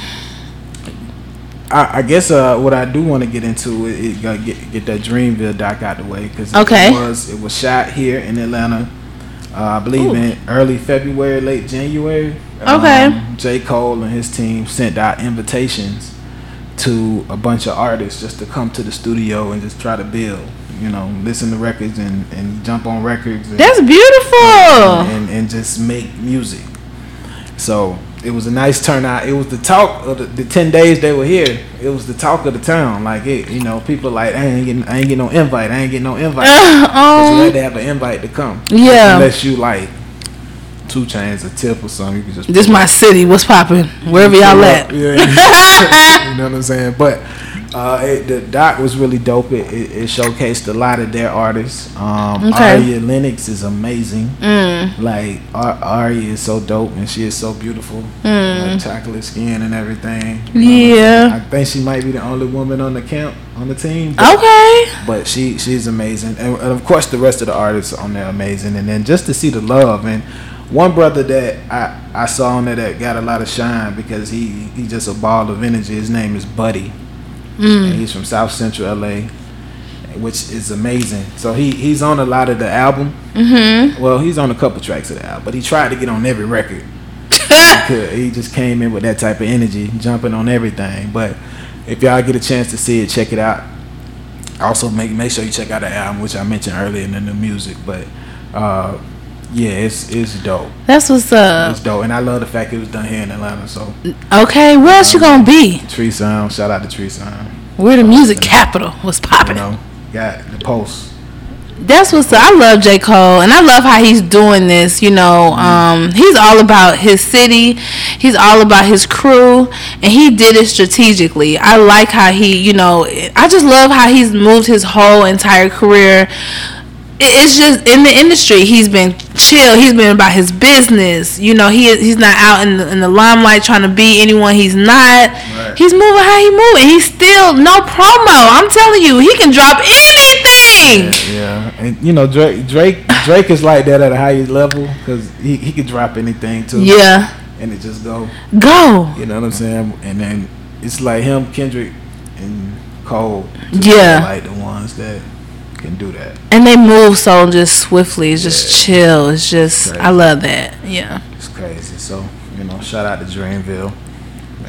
Speaker 1: I, I guess uh, what I do want to get into is is gotta get get that Dreamville doc out the way because
Speaker 2: Okay.
Speaker 1: it was it was shot here in Atlanta. Uh, I believe
Speaker 2: Ooh.
Speaker 1: in early February, late January.
Speaker 2: Okay.
Speaker 1: Um, J. Cole and his team sent out invitations to a bunch of artists just to come to the studio and just try to build, you know, listen to records and, and jump on records. And,
Speaker 2: That's beautiful.
Speaker 1: and, and just make music. So it was a nice turnout. It was the talk of the, the ten days they were here. It was the talk of the town. Like it, you know, people like I ain't getting, I ain't getting no invite. I ain't getting no invite. But you had
Speaker 2: um,
Speaker 1: to have an invite to come.
Speaker 2: Yeah.
Speaker 1: Unless you like two chains, a tip or something, you can just
Speaker 2: this my city. What's popping? Wherever y'all at.
Speaker 1: yeah. you know what I'm saying? But uh, it, the doc was really dope. It, it, it showcased a lot of their artists. Um,
Speaker 2: Okay. Mm.
Speaker 1: Aria Lennox is amazing. Like Ar- Aria is so dope and she is so beautiful. Like chocolate skin and everything. You know what I'm
Speaker 2: Mm. Yeah.
Speaker 1: saying? I think she might be the only woman on the camp on the team. But,
Speaker 2: Okay.
Speaker 1: but she she's amazing, and, and of course the rest of the artists on there are amazing. And then just to see the love and one brother that I I saw on there that got a lot of shine because he he just a ball of energy. His name is Buddy, and he's from South Central LA, which is amazing. So he he's on a lot of the album. Mm-hmm. Well, he's on a couple tracks of the album, but he tried to get on every record could. He just came in with that type of energy, jumping on everything. But if y'all get a chance to see it, check it out. Also, make make sure you check out the album, which I mentioned earlier in the new music. But uh, yeah, it's it's dope.
Speaker 2: That's what's up.
Speaker 1: It's dope, and I love the fact it was done here in Atlanta. So
Speaker 2: Okay, where else you gonna be?
Speaker 1: Tree Sound, shout out to Tree Sound.
Speaker 2: We're the music capital. What's
Speaker 1: You
Speaker 2: popping?
Speaker 1: know, got the post.
Speaker 2: That's what's up. I love J. Cole and I love how he's doing this. You know, um, he's all about his city, he's all about his crew, and he did it strategically. I like how he, you know, I just love how he's moved his whole entire career. It- It's just in the industry, he's been chill. He's been about his business. You know, he he's not out in the, in the limelight trying to be anyone. He's not. He's moving how he moving. He's still no promo. I'm telling you, he can drop anything.
Speaker 1: Yeah, and you know Drake Drake Drake is like that at a higher level because he he could drop anything too.
Speaker 2: Yeah.
Speaker 1: and it just go.
Speaker 2: Go.
Speaker 1: You know what I'm saying? And then it's like him, Kendrick, and Cole.
Speaker 2: Yeah.
Speaker 1: Like the ones that can do that.
Speaker 2: And they move so just swiftly. It's just chill. It's just I
Speaker 1: Right.
Speaker 2: love that. Yeah.
Speaker 1: It's crazy. So, you know, shout out to Dreamville.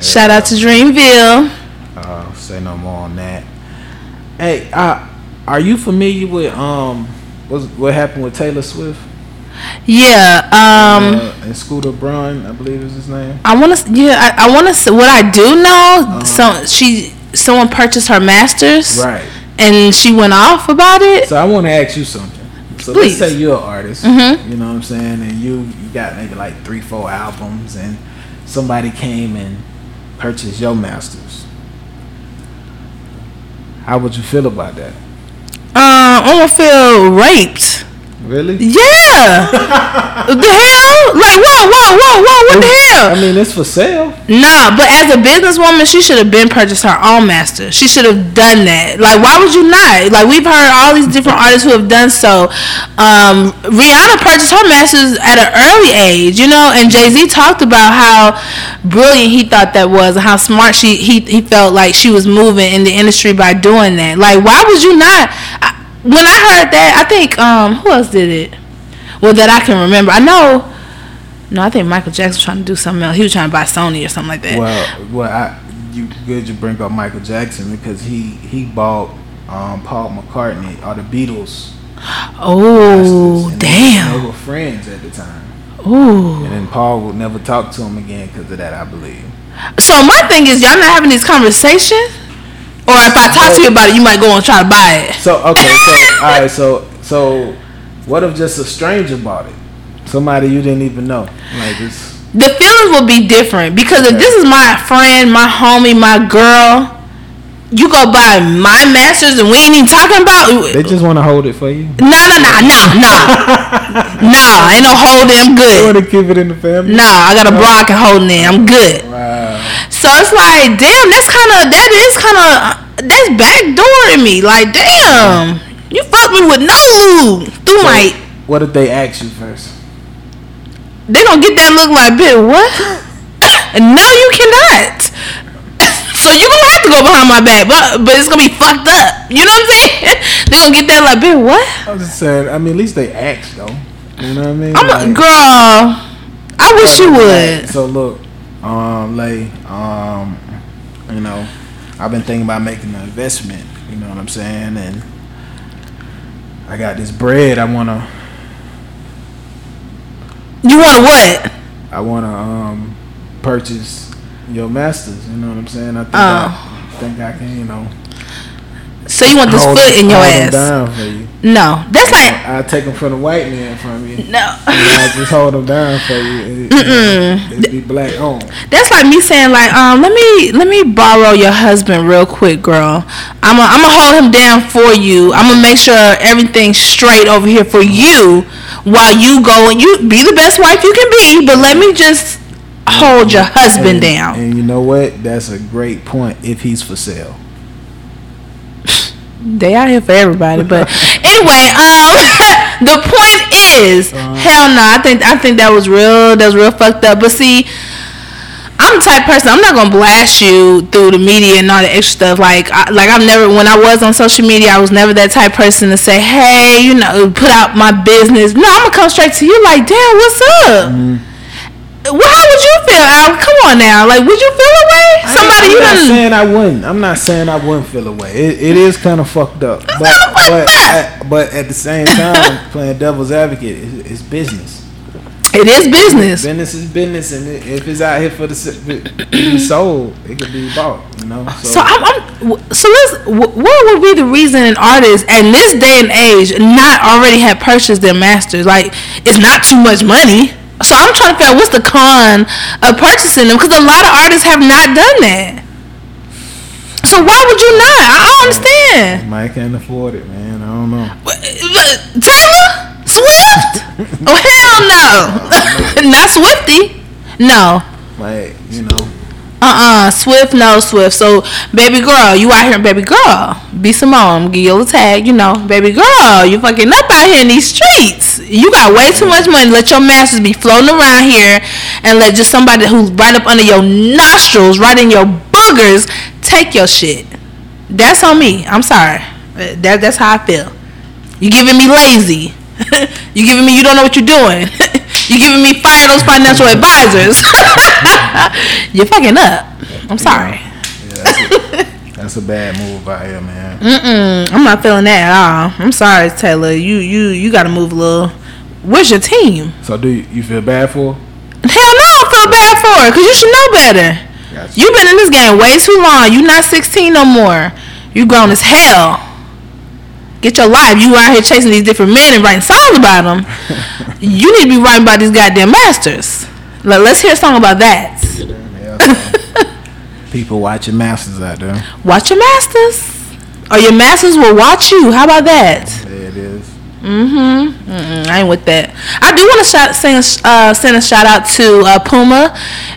Speaker 2: Shout out to Dreamville.
Speaker 1: Uh, say no more on that. Hey, uh, are you familiar with um what's, what happened with Taylor Swift
Speaker 2: Yeah. Um
Speaker 1: uh, and Scooter Braun? I believe is his name.
Speaker 2: I want to yeah, I, I want to what I do know so she someone purchased her masters
Speaker 1: Right.
Speaker 2: and she went off about it.
Speaker 1: So I want to ask you something. So
Speaker 2: Please. Mm-hmm.
Speaker 1: let's say you're an artist, you know what I'm saying, and you you got maybe like three, four albums, and somebody came and purchased your masters. How would you feel about that?
Speaker 2: Um I'm going to Uh, feel raped.
Speaker 1: Really?
Speaker 2: Yeah, Yeah. the hell? Like whoa, whoa, whoa, whoa, what the hell?
Speaker 1: I mean, it's for sale.
Speaker 2: Nah, but as a businesswoman, she should have been purchased her own master. She should have done that. Like, why would you not? Like, we've heard all these different artists who have done so. Um, Rihanna purchased her masters at an early age, you know. And Jay Z talked about how brilliant he thought that was, and how smart she he he felt like she was moving in the industry by doing that. Like, why would you not? I, when I heard that, I think um, who else did it? Well, that I can remember. I know. No, I think Michael Jackson was trying to do something else. He was trying to buy Sony or something like that.
Speaker 1: Well, well, I, you good you bring up Michael Jackson because he he bought um, Paul McCartney or the Beatles.
Speaker 2: oh,
Speaker 1: masters, and they- They
Speaker 2: damn.
Speaker 1: were friends at the time,
Speaker 2: Ooh.
Speaker 1: and then Paul would never talk to him again because of that, I believe.
Speaker 2: So my thing is, y'all not having this conversation, or if I talk to you about it, you might go and try to buy it.
Speaker 1: So okay, so all right, so so what if just a stranger bought it? Somebody you didn't even know, like it's.
Speaker 2: The feelings will be different because if this is my friend, my homie, my girl, you go buy my masters and we ain't even talking about.
Speaker 1: They just want to hold it for you.
Speaker 2: No, no, no, no, no, no. Ain't no holding. I'm
Speaker 1: They
Speaker 2: good.
Speaker 1: want to keep it in the family.
Speaker 2: Nah, I got a block and holding it. I'm good.
Speaker 1: Wow.
Speaker 2: So it's like, damn, that's kind of that is kind of that's backdooring me. Like, damn, you fucked me with no lube through my.
Speaker 1: What if they ask you first?
Speaker 2: They gonna get that look like, bitch, what? no, you cannot. so you gonna have to go behind my back, but but it's gonna be fucked up. You know what I'm saying? they gonna get that like, bitch, what?
Speaker 1: I'm just saying. I mean, at least they asked though. You know what I mean?
Speaker 2: I'm a
Speaker 1: Like-
Speaker 2: girl. I wish you would.
Speaker 1: So look, um, Lay, um, you know, I've been thinking about making an investment. You know what I'm saying? And I got this bread. I wanna,
Speaker 2: You want what?
Speaker 1: I wanna um, purchase your masters. You know what I'm saying? I think
Speaker 2: Oh.
Speaker 1: I think I can. You know,
Speaker 2: So you want this
Speaker 1: hold-
Speaker 2: foot in your
Speaker 1: hold 'em
Speaker 2: ass?
Speaker 1: down for you.
Speaker 2: No, that's like
Speaker 1: I take them from the white man from you.
Speaker 2: no.
Speaker 1: And I just hold them down for you. It,
Speaker 2: Mm-mm.
Speaker 1: it be black on.
Speaker 2: That's like me saying like, um, let me let me borrow your husband real quick, girl. I'm i I'm gonna hold him down for you. I'm gonna make sure everything's straight over here for you while you go and you be the best wife you can be. But let me just hold your
Speaker 1: and,
Speaker 2: husband down.
Speaker 1: And you know what? That's a great point. If he's for sale.
Speaker 2: They out here for everybody, but anyway, um, the point is, hell no. I think I think that was real. That was real fucked up. But see, I'm the type of person. I'm not gonna blast you through the media and all the extra stuff. Like, I, like I've never. When I was on social media, I was never that type of person to say, "Hey, you know, put out my business." No, I'm gonna come straight to you. Like, damn, what's up? Well, how would you feel? Al? Come on now. Like, would you feel away? Somebody
Speaker 1: I'm
Speaker 2: you
Speaker 1: not
Speaker 2: done.
Speaker 1: saying I wouldn't. I'm not saying I wouldn't feel away. It, it is kind of fucked up. But
Speaker 2: kinda fucked
Speaker 1: but,
Speaker 2: up.
Speaker 1: At, but at the same time, playing devil's advocate, it's, it's business.
Speaker 2: It is business.
Speaker 1: Business is business, and it, if it's out here for the s- to be sold, it could be bought. You know.
Speaker 2: So I'm, I'm w- so let's. wh- What would be the reason an artist in this day and age not already had purchased their masters? Like it's not too much money. So I'm trying to figure out what's the con of purchasing them because a lot of artists have not done that. So why would you not? I don't understand.
Speaker 1: Mike can't afford it, man. I don't know.
Speaker 2: Wh- Taylor Swift? Oh hell no, not Swifty. No.
Speaker 1: Like you know,
Speaker 2: Uh-uh, Swift, no Swift. So, baby girl, you out here, baby girl. Be Simone, give you a little tag, you know. Baby girl, you fucking up out here in these streets. You got way too much money. Let your masters be floating around here and let just somebody who's right up under your nostrils, right in your boogers, take your shit. That's on me. I'm sorry. Uh, That, that's how I feel. You giving me lazy. you giving me you don't know what you're doing. you giving me fire those financial advisors. you're fucking up. I'm sorry.
Speaker 1: yeah, that's, a, that's a bad move out here, man.
Speaker 2: Mm. Mm-mm, I'm not feeling that at all. I'm sorry, Taylor. You you you got to move a little. Where's your team?
Speaker 1: So do you, you feel bad for? her?
Speaker 2: Hell no, I feel bad for her because you should know better.
Speaker 1: Gotcha.
Speaker 2: You've been in this game way too long. You not 16 no more. You grown as hell. Get your life. You out here chasing these different men and writing songs about them. you need to be writing about these goddamn masters. Like, let's hear a song about that.
Speaker 1: Yeah, so people watching masters out there.
Speaker 2: Watch your masters, or your masters will watch you. How about that?
Speaker 1: There it is.
Speaker 2: Mm-hmm. Mm-mm, I ain't with that. I do want to shout, sing, uh, send a shout out to uh, Puma,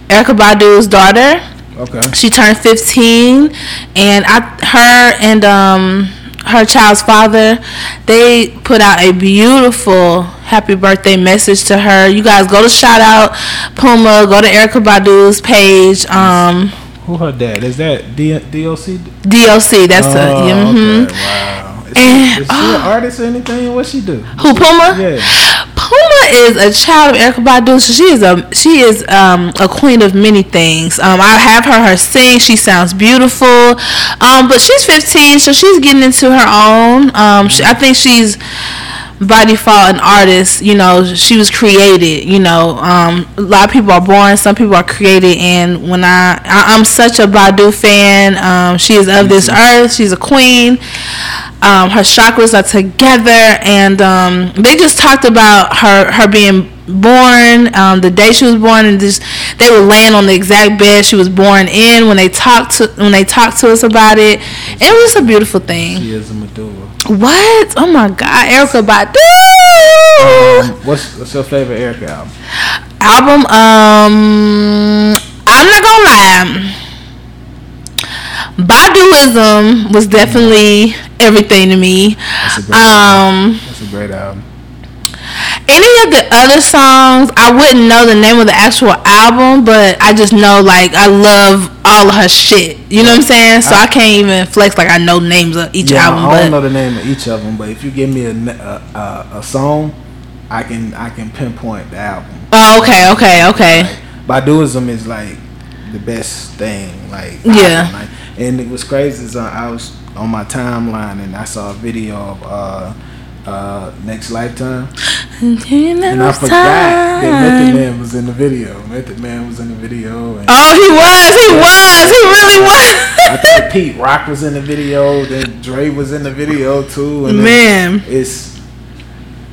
Speaker 2: Erica Badu's daughter.
Speaker 1: Okay.
Speaker 2: She turned 15, and I, her and um, her child's father, they put out a beautiful happy birthday message to her. You guys go to shout out Puma. Go to Erica Badu's page. Um,
Speaker 1: Who her dad? Is that D- DOC?
Speaker 2: DLC. That's
Speaker 1: Oh,
Speaker 2: a yeah, mhm.
Speaker 1: okay. Wow. Is,
Speaker 2: And-
Speaker 1: she, is she an artist or anything? What she do?
Speaker 2: Who Puma?
Speaker 1: Ah. Yeah.
Speaker 2: Puma is a child of Erica Badu. So she is a she is um, a queen of many things. Um, I have her her sing. She sounds beautiful, um, but she's 15, so she's getting into her own. Um, she, I think she's by default an artist. You know, she was created. You know, um, a lot of people are born, some people are created. And when I, I I'm such a Badu fan. Um, she is of this earth. She's a queen um, her chakras are together, and um, they just talked about her her being born, um, the day she was born, and just they were laying on the exact bed she was born in when they talked to when they talked to us about it. It was a beautiful thing.
Speaker 1: She is a Maduro.
Speaker 2: What? Oh my God, Erica Badu
Speaker 1: Um, what's, what's your favorite Erica album?
Speaker 2: album. Um, I'm not gonna lie. Baduism um, was definitely everything to me.
Speaker 1: That's a great album.
Speaker 2: Um.
Speaker 1: That's a great album.
Speaker 2: any of the other songs i wouldn't know the name of the actual album but i just know like i love all of her shit you know what i'm saying so i, can't even flex like i know names of each
Speaker 1: Yeah,
Speaker 2: album
Speaker 1: I don't
Speaker 2: but
Speaker 1: know the name of each of them, but if you give me a, n- a, a, a song, I can I can pinpoint the album. Eh.
Speaker 2: oh, okay okay okay
Speaker 1: Baduism is like the best thing. Like
Speaker 2: Yeah.
Speaker 1: album, like- and it was crazy. Is uh, I was on my timeline and I saw a video of uh, uh, Next Lifetime, and I forgot that Method Man was in the video. Method Man was in the video. And
Speaker 2: oh he was he was he really
Speaker 1: I think
Speaker 2: was
Speaker 1: Pete Rock was in the video. Then Dre was in the video too. And then
Speaker 2: man
Speaker 1: it's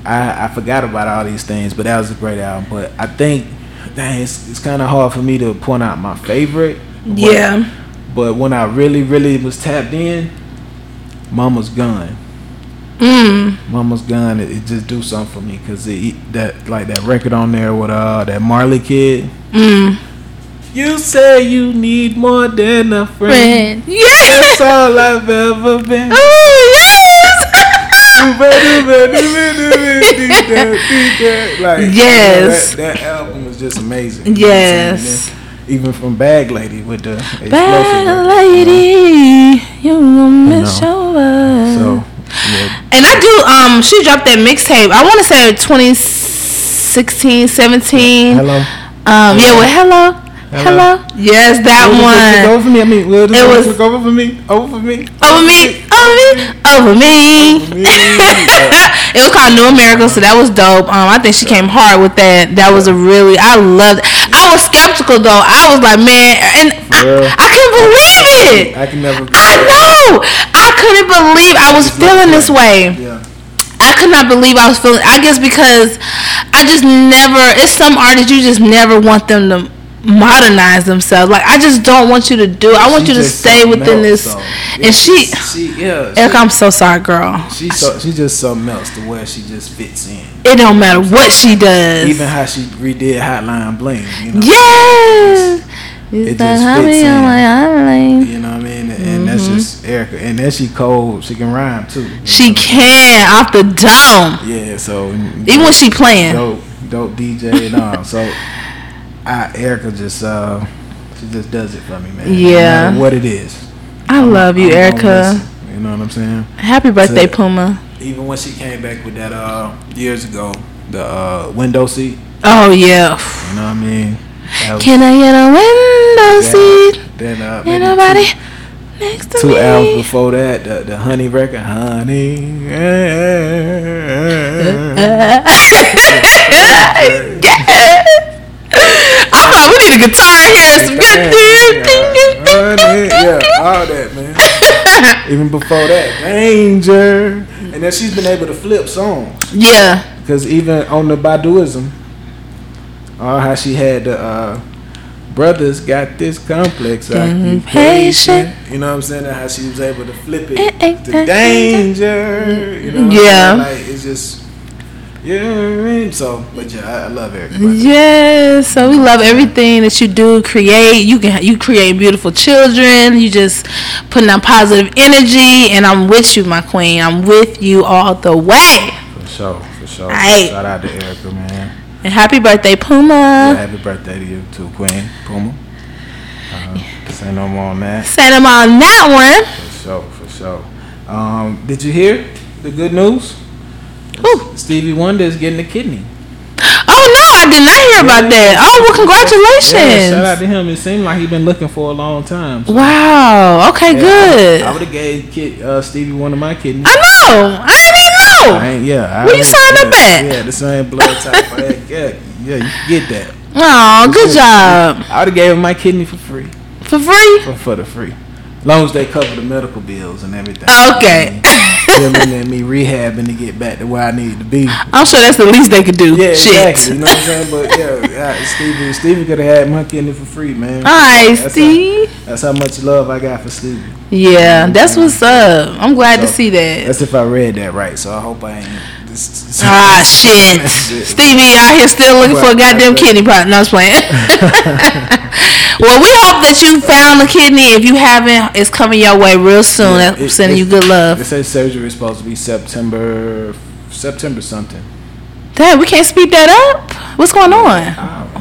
Speaker 1: I, I forgot about all these things, but that was a great album. But I think dang, it's, it's kind of hard for me to point out my favorite. But-
Speaker 2: yeah
Speaker 1: But when I really, really was tapped in, Mama's Gun.
Speaker 2: mm.
Speaker 1: Mama's Gun, it, it just do something for me because it that like that record on there with uh that Marley kid.
Speaker 2: Mm.
Speaker 1: You say you need more than a friend. That's
Speaker 2: yes
Speaker 1: all I've ever been.
Speaker 2: oh yes
Speaker 1: like,
Speaker 2: Yes.
Speaker 1: you know, that, that album is just amazing. You know what I'm
Speaker 2: Yes.
Speaker 1: saying? And then Even from Bag Lady with the explosive
Speaker 2: Bad
Speaker 1: record,
Speaker 2: lady, you gonna miss
Speaker 1: I
Speaker 2: your world.
Speaker 1: So, yeah,
Speaker 2: And I do, um, she dropped that mixtape, I wanna say 2016, 17.
Speaker 1: hello.
Speaker 2: Um, yeah, with Hello. Hello.
Speaker 1: Hello.
Speaker 2: Yes,
Speaker 1: Will this
Speaker 2: that
Speaker 1: click
Speaker 2: one.
Speaker 1: Over for me. I mean, will this
Speaker 2: It
Speaker 1: click
Speaker 2: was-
Speaker 1: over for me. Over for me.
Speaker 2: Over me, over me, over me.
Speaker 1: Over me. Yeah.
Speaker 2: it was called New America, so that was dope. Um, I think she came hard with that. That was a really, I loved. It. I was skeptical though. I was like, man, and I,
Speaker 1: For real?
Speaker 2: I couldn't believe it.
Speaker 1: I can never.
Speaker 2: I know. I couldn't believe I was feeling this way.
Speaker 1: Yeah.
Speaker 2: I could not believe I was feeling. I guess because I just never. It's some artists you just never want them to modernize themselves. Like I just don't want you to do. I want
Speaker 1: She
Speaker 2: you to
Speaker 1: just
Speaker 2: stay
Speaker 1: something
Speaker 2: within
Speaker 1: else,
Speaker 2: this.
Speaker 1: though. Yeah,
Speaker 2: and she,
Speaker 1: she, yeah,
Speaker 2: Erica, I'm so sorry, girl.
Speaker 1: she, she's so, she just something else to where she just fits in.
Speaker 2: It don't matter what she does.
Speaker 1: Even how she redid Hotline Bling, you know.
Speaker 2: yes.
Speaker 1: It
Speaker 2: It's
Speaker 1: just
Speaker 2: like, honey,
Speaker 1: fits in.
Speaker 2: I'm like, I'm like-
Speaker 1: You know what I mean? And that's just Erica. And then she cold. She can rhyme too.
Speaker 2: Mm-hmm. She can off the dome.
Speaker 1: Yeah. So
Speaker 2: Even when she playing.
Speaker 1: dope, dope DJ and all. so I Erica just uh she just does it for me, man. No
Speaker 2: Yeah.
Speaker 1: matter what it is.
Speaker 2: I love you,
Speaker 1: I'm gonna
Speaker 2: Erica.
Speaker 1: listen, You know what I'm saying?
Speaker 2: Happy birthday,
Speaker 1: To-
Speaker 2: Puma.
Speaker 1: Even when she came back with that uh years ago, the uh window seat.
Speaker 2: Oh yeah.
Speaker 1: You know what I mean? That was-
Speaker 2: Can I get a window seat?
Speaker 1: Then uh,
Speaker 2: Ain't
Speaker 1: maybe
Speaker 2: nobody next to
Speaker 1: two
Speaker 2: me.
Speaker 1: albums before that, the, the Honey record, Honey.
Speaker 2: yes. I'm like, Oh, we need a guitar here. Some good ding, ding, ding, ding,
Speaker 1: Honey,
Speaker 2: ding, ding,
Speaker 1: yeah,
Speaker 2: ding.
Speaker 1: all that, man. Even before that, Danger. And then she's been able to flip songs.
Speaker 2: Yeah.
Speaker 1: Because even on the Baduism, uh, how she had the, uh, brothers got this complex occupation. You know what I'm saying? And how she was able to flip it to danger. You know yeah. I mean? Like it's just yeah. So, but yeah, I, I love everything.
Speaker 2: Yes. So we love everything that you do. Create. You can. You create beautiful children. You just putting out positive energy, and I'm with you, my queen. I'm with you all the way.
Speaker 1: For sure. For sure. Right. Shout out to Erica, man.
Speaker 2: And happy birthday, Puma.
Speaker 1: Yeah, happy birthday to you too, Queen Puma. Uh, say no more on that.
Speaker 2: Say no more on that
Speaker 1: one. For sure, for sure. Um, did you hear the good news?
Speaker 2: Ooh.
Speaker 1: Stevie Wonder is getting a kidney.
Speaker 2: Oh no, I did not hear yeah. about that. Oh well, congratulations.
Speaker 1: Yeah, shout out to him. It seemed like he's been looking for a long time.
Speaker 2: So. Wow. Okay, yeah, good.
Speaker 1: I, I would have gave kid, uh, Stevie one of my kidneys.
Speaker 2: I know. I didn't
Speaker 1: I ain't, yeah. I
Speaker 2: Where you signed
Speaker 1: yeah,
Speaker 2: up at?
Speaker 1: Yeah, the same blood type. I had. Yeah, yeah, you can get that.
Speaker 2: Oh, good job.
Speaker 1: I would have gave him my kidney for free.
Speaker 2: For free?
Speaker 1: For, for the free. As long as they cover the medical bills and everything.
Speaker 2: Okay.
Speaker 1: Them and then me rehabbing to get back to where I need to be.
Speaker 2: I'm sure that's the least they could do.
Speaker 1: Yeah,
Speaker 2: Shit.
Speaker 1: exactly. You know what I'm saying? But yeah, right, Stevie, Stevie could have had my kidney for free, man.
Speaker 2: All right,
Speaker 1: that's
Speaker 2: see.
Speaker 1: How, that's how much love I got for Stevie.
Speaker 2: Yeah, that's what's up. I'm glad so, to see that.
Speaker 1: That's if I read that right. So I hope I ain't. This,
Speaker 2: this ah shit, Stevie out here still looking but, for a goddamn kidney pot. No, I was playing. well, we hope that you found the kidney. If you haven't, it's coming your way real soon. Yeah, I'm it, sending it, you good love.
Speaker 1: It says surgery is supposed to be September, September something.
Speaker 2: Dad, we can't speed that up. What's going on?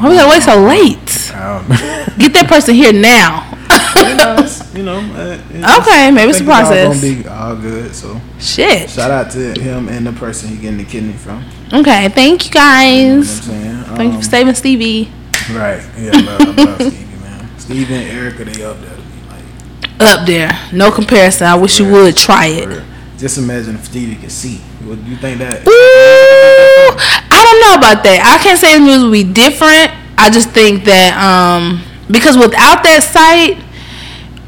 Speaker 2: Why we gotta wait so late? Get that person here now.
Speaker 1: you know, it's, you know
Speaker 2: uh, okay, maybe it's a process.
Speaker 1: It's all gonna be all good. So
Speaker 2: shit.
Speaker 1: Shout out to him and the person he getting the kidney from.
Speaker 2: Okay, thank you guys.
Speaker 1: You know
Speaker 2: thank um, you for saving Stevie.
Speaker 1: Right. Yeah, love, love Stevie, man. Stevie and Erica, they up there. Like,
Speaker 2: up there, no comparison. I wish you would try it.
Speaker 1: Just imagine if Stevie could see. Would you think that?
Speaker 2: Ooh, I don't know about that. I can't say the news would be different. I just think that um, because without that sight,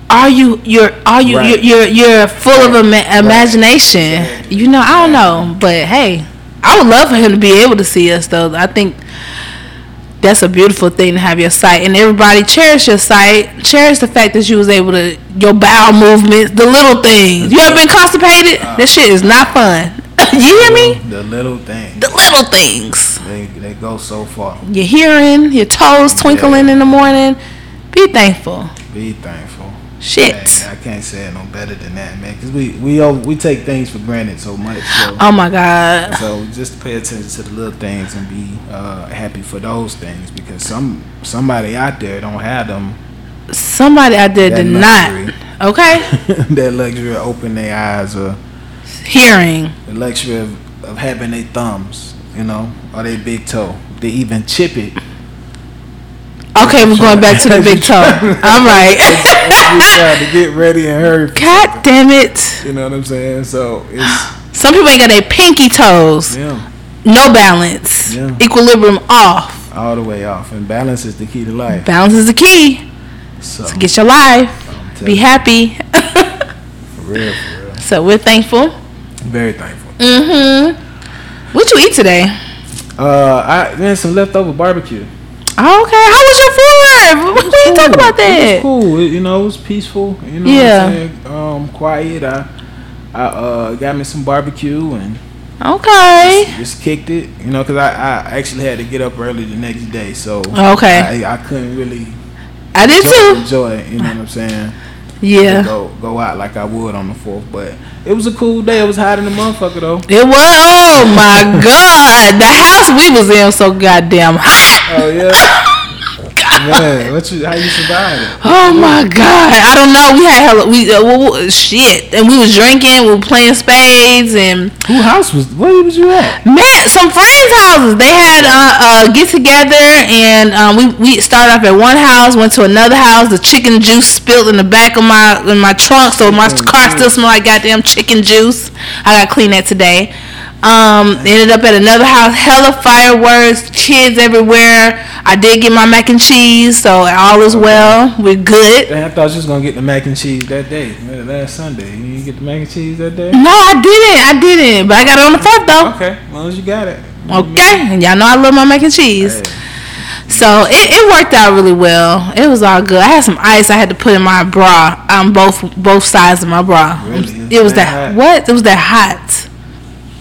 Speaker 2: are you you're are you right. you're, you're, you're full right. of ima- imagination? Right. You know, I don't know, but hey, I would love for him to be able to see us though. I think that's a beautiful thing to have your sight and everybody cherish your sight cherish the fact that you was able to your bowel movements the little things you ever been constipated uh, this shit is not fun you hear me
Speaker 1: the little things
Speaker 2: the little things
Speaker 1: they, they go so far
Speaker 2: your hearing your toes twinkling yeah. in the morning be thankful
Speaker 1: be thankful
Speaker 2: Shit.
Speaker 1: Man, I can't say it no better than that, man. Because we we all, we take things for granted so much. So,
Speaker 2: oh my god.
Speaker 1: So just pay attention to the little things and be uh, happy for those things because some somebody out there don't have them.
Speaker 2: Somebody out there did luxury. not. Okay.
Speaker 1: that luxury of opening their eyes or
Speaker 2: hearing.
Speaker 1: The luxury of, of having their thumbs, you know, or their big toe. They even chip it.
Speaker 2: Okay, we're going back to the big toe. All right.
Speaker 1: trying to get ready and hurry.
Speaker 2: God damn it!
Speaker 1: You know what I'm saying? So it's
Speaker 2: some people ain't got their pinky toes.
Speaker 1: Yeah.
Speaker 2: No balance.
Speaker 1: Yeah.
Speaker 2: Equilibrium off.
Speaker 1: All the way off, and balance is the key to life.
Speaker 2: Balance is the key.
Speaker 1: So,
Speaker 2: so get your life. Be happy.
Speaker 1: for real, for real.
Speaker 2: So we're thankful.
Speaker 1: Very thankful.
Speaker 2: Mm-hmm. What you eat today?
Speaker 1: Uh, I man, some leftover barbecue.
Speaker 2: Oh, okay, how was your food? We didn't
Speaker 1: cool.
Speaker 2: talk about that.
Speaker 1: It was cool. It, you know, it was peaceful. You know, yeah. um, quiet. I, I uh, got me some barbecue and
Speaker 2: okay,
Speaker 1: just, just kicked it. You know, because I, I actually had to get up early the next day, so
Speaker 2: okay,
Speaker 1: I, I couldn't really.
Speaker 2: I did
Speaker 1: enjoy,
Speaker 2: too.
Speaker 1: Enjoy it. You know what I'm saying?
Speaker 2: Yeah.
Speaker 1: Go go out like I would on the fourth, but it was a cool day. It was hot in the motherfucker though.
Speaker 2: It was. Oh my god, the house we was in was so goddamn hot.
Speaker 1: Oh yeah. Man, what you? How you survived? It?
Speaker 2: Oh my God! I don't know. We had hella, we uh, well, shit, and we was drinking. We were playing spades, and
Speaker 1: who house was? Where was you at?
Speaker 2: Man, some friends' houses. They had uh, uh get together, and um, we we started off at one house, went to another house. The chicken juice spilled in the back of my in my trunk, so my mm-hmm. car still smelled like goddamn chicken juice. I got clean that today. Um, ended up at another house, hella fireworks, kids everywhere. I did get my mac and cheese, so all is well. We're good.
Speaker 1: Damn, I thought you was gonna get the mac and cheese that day, last Sunday. You didn't get the mac and cheese that day?
Speaker 2: No, I didn't. I didn't, but I got it on the fourth though. Oh,
Speaker 1: Okay, as long as you got it.
Speaker 2: Okay, and y'all know I love my mac and cheese.
Speaker 1: Hey.
Speaker 2: So it, it worked out really well. It was all good. I had some ice I had to put in my bra on um, both both sides of my bra.
Speaker 1: Really?
Speaker 2: It was
Speaker 1: That
Speaker 2: that
Speaker 1: hot?
Speaker 2: what? It was that hot.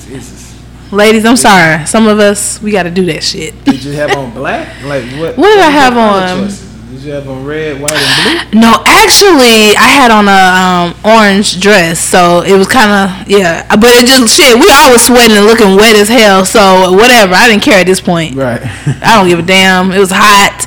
Speaker 1: Jesus.
Speaker 2: Ladies, I'm sorry. Some of us we got to do that shit.
Speaker 1: Did you have on black? Like what?
Speaker 2: What did I
Speaker 1: were
Speaker 2: have
Speaker 1: your color
Speaker 2: on?
Speaker 1: choices? Did you have on red, white, and blue?
Speaker 2: No, actually, I had on a um, orange dress, so it was kind of yeah. But it just shit. We all was sweating and looking wet as hell. So whatever, I didn't care at this point.
Speaker 1: Right.
Speaker 2: I don't give a damn. It was hot,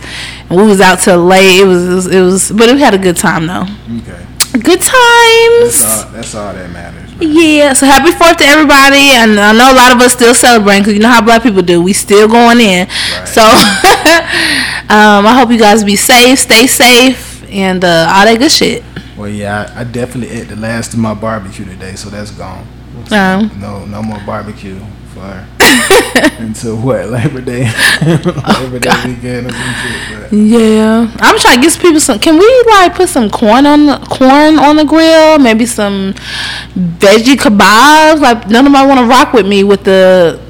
Speaker 2: and we was out till late. It was it was, it was but we had a good time though.
Speaker 1: okay.
Speaker 2: Good
Speaker 1: That's
Speaker 2: times.
Speaker 1: all. That's all that matters. man.
Speaker 2: Yeah, so happy Fourth to everybody, and I know a lot of us still celebrating because you know how Black people do. We still going in, so um, I hope you guys be safe, stay safe, and uh, all that good shit.
Speaker 1: Well, yeah, I, I definitely ate the last of my barbecue today, so that's gone.
Speaker 2: Um,
Speaker 1: No, no more barbecue for
Speaker 2: Oh,
Speaker 1: until what Labor Day, Labor Day weekend or some shit. But
Speaker 2: Yeah, I'm trying to get people some. Can we like put some corn on the corn on the grill? Maybe some veggie kebabs. Like none of them want to rock with me with the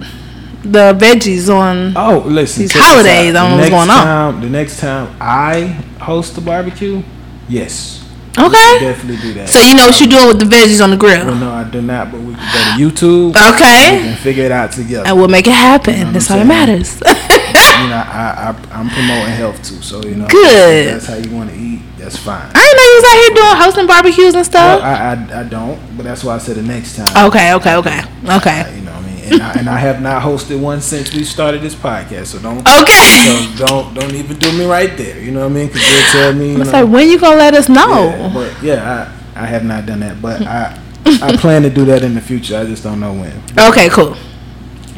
Speaker 2: the veggies on.
Speaker 1: oh, listen.
Speaker 2: These
Speaker 1: check this out.
Speaker 2: holidays,
Speaker 1: The
Speaker 2: I don't know what's
Speaker 1: next
Speaker 2: going on.
Speaker 1: Time, the next time I host the barbecue, yes, we
Speaker 2: Okay.
Speaker 1: definitely do that.
Speaker 2: So you know what you're doing with the veggies on the
Speaker 1: Well,
Speaker 2: grill.
Speaker 1: no, I do not. But we can go to YouTube. We
Speaker 2: Okay.
Speaker 1: can figure it out together.
Speaker 2: And we'll make it
Speaker 1: know
Speaker 2: happen.
Speaker 1: what
Speaker 2: That's
Speaker 1: I'm
Speaker 2: all that matters.
Speaker 1: you know, I, I I'm promoting health too, so you know,
Speaker 2: Good. Uh-huh.
Speaker 1: if That's how you want to eat. That's fine.
Speaker 2: I didn't know you was out here doing hosting barbecues and
Speaker 1: Well,
Speaker 2: stuff.
Speaker 1: I, I I don't, but that's why I said the next time.
Speaker 2: Okay. Okay. Okay. Okay.
Speaker 1: You know, what I mean, and I, and I have not hosted one since we started this podcast, so don't.
Speaker 2: Okay.
Speaker 1: So don't don't even do me right there. You know what I mean? Because they'll tell me. You
Speaker 2: It's
Speaker 1: know,
Speaker 2: like when you gonna let us
Speaker 1: yeah,
Speaker 2: know?
Speaker 1: but yeah, I, I have not done that, but I I plan to do that in the future. I just don't know when.
Speaker 2: Okay. Cool.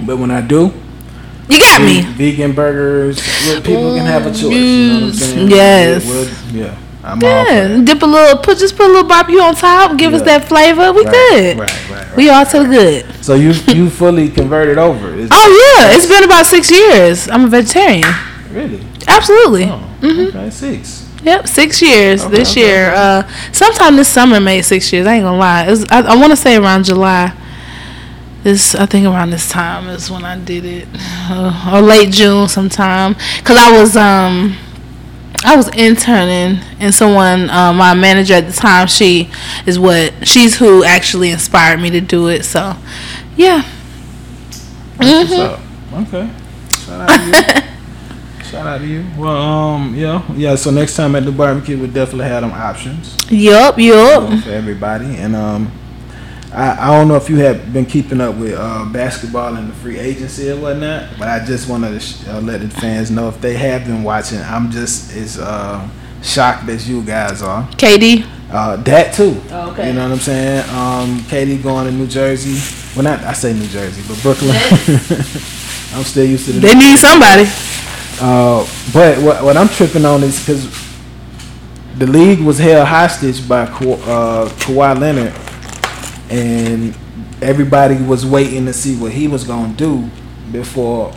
Speaker 1: But when I do,
Speaker 2: You got me.
Speaker 1: vegan burgers, well, people can have a choice. You know what I'm saying?
Speaker 2: Mm, Yes.
Speaker 1: Yeah, we'll- yeah, I'm all for that.
Speaker 2: Yeah, dip a little, put just put a little barbecue on top, give us
Speaker 1: Yeah.
Speaker 2: that flavor. We
Speaker 1: Right,
Speaker 2: good.
Speaker 1: Right, right, right.
Speaker 2: We all to the good.
Speaker 1: So you you fully converted over? Is
Speaker 2: Oh yeah, it's been about six years. I'm a vegetarian.
Speaker 1: really?
Speaker 2: Absolutely.
Speaker 1: Oh, okay, six.
Speaker 2: Yep, six years
Speaker 1: Okay,
Speaker 2: this
Speaker 1: okay.
Speaker 2: year. Uh, sometime this summer made six years. I ain't gonna lie. It was, I, I want to say around July. This I think around this time is when I did it, uh, or late June sometime. Cause I was um, I was interning, and someone, uh, my manager at the time, she is what she's who actually inspired me to do it. So, yeah, Mm-hmm.
Speaker 1: That's What's up? Okay. Shout out to you. Shout out to you. Well, um, yeah, yeah. So next time at the barbecue, we definitely have them options
Speaker 2: yup,
Speaker 1: um,
Speaker 2: yup.
Speaker 1: for everybody. And um, I, I don't know if you have been keeping up with uh, basketball and the free agency and whatnot, but I just wanted to sh- uh, let the fans know if they have been watching. I'm just as uh, shocked as you guys are.
Speaker 2: KD,
Speaker 1: Uh, that too.
Speaker 2: Oh, okay.
Speaker 1: You know what I'm saying? Um, Katie going to New Jersey. Well, not I say New Jersey, but Brooklyn. I'm still used to the.
Speaker 2: they need somebody.
Speaker 1: Uh, but what, what I'm tripping on is because the league was held hostage by Ka- uh, Kawhi Leonard, and everybody was waiting to see what he was going to do before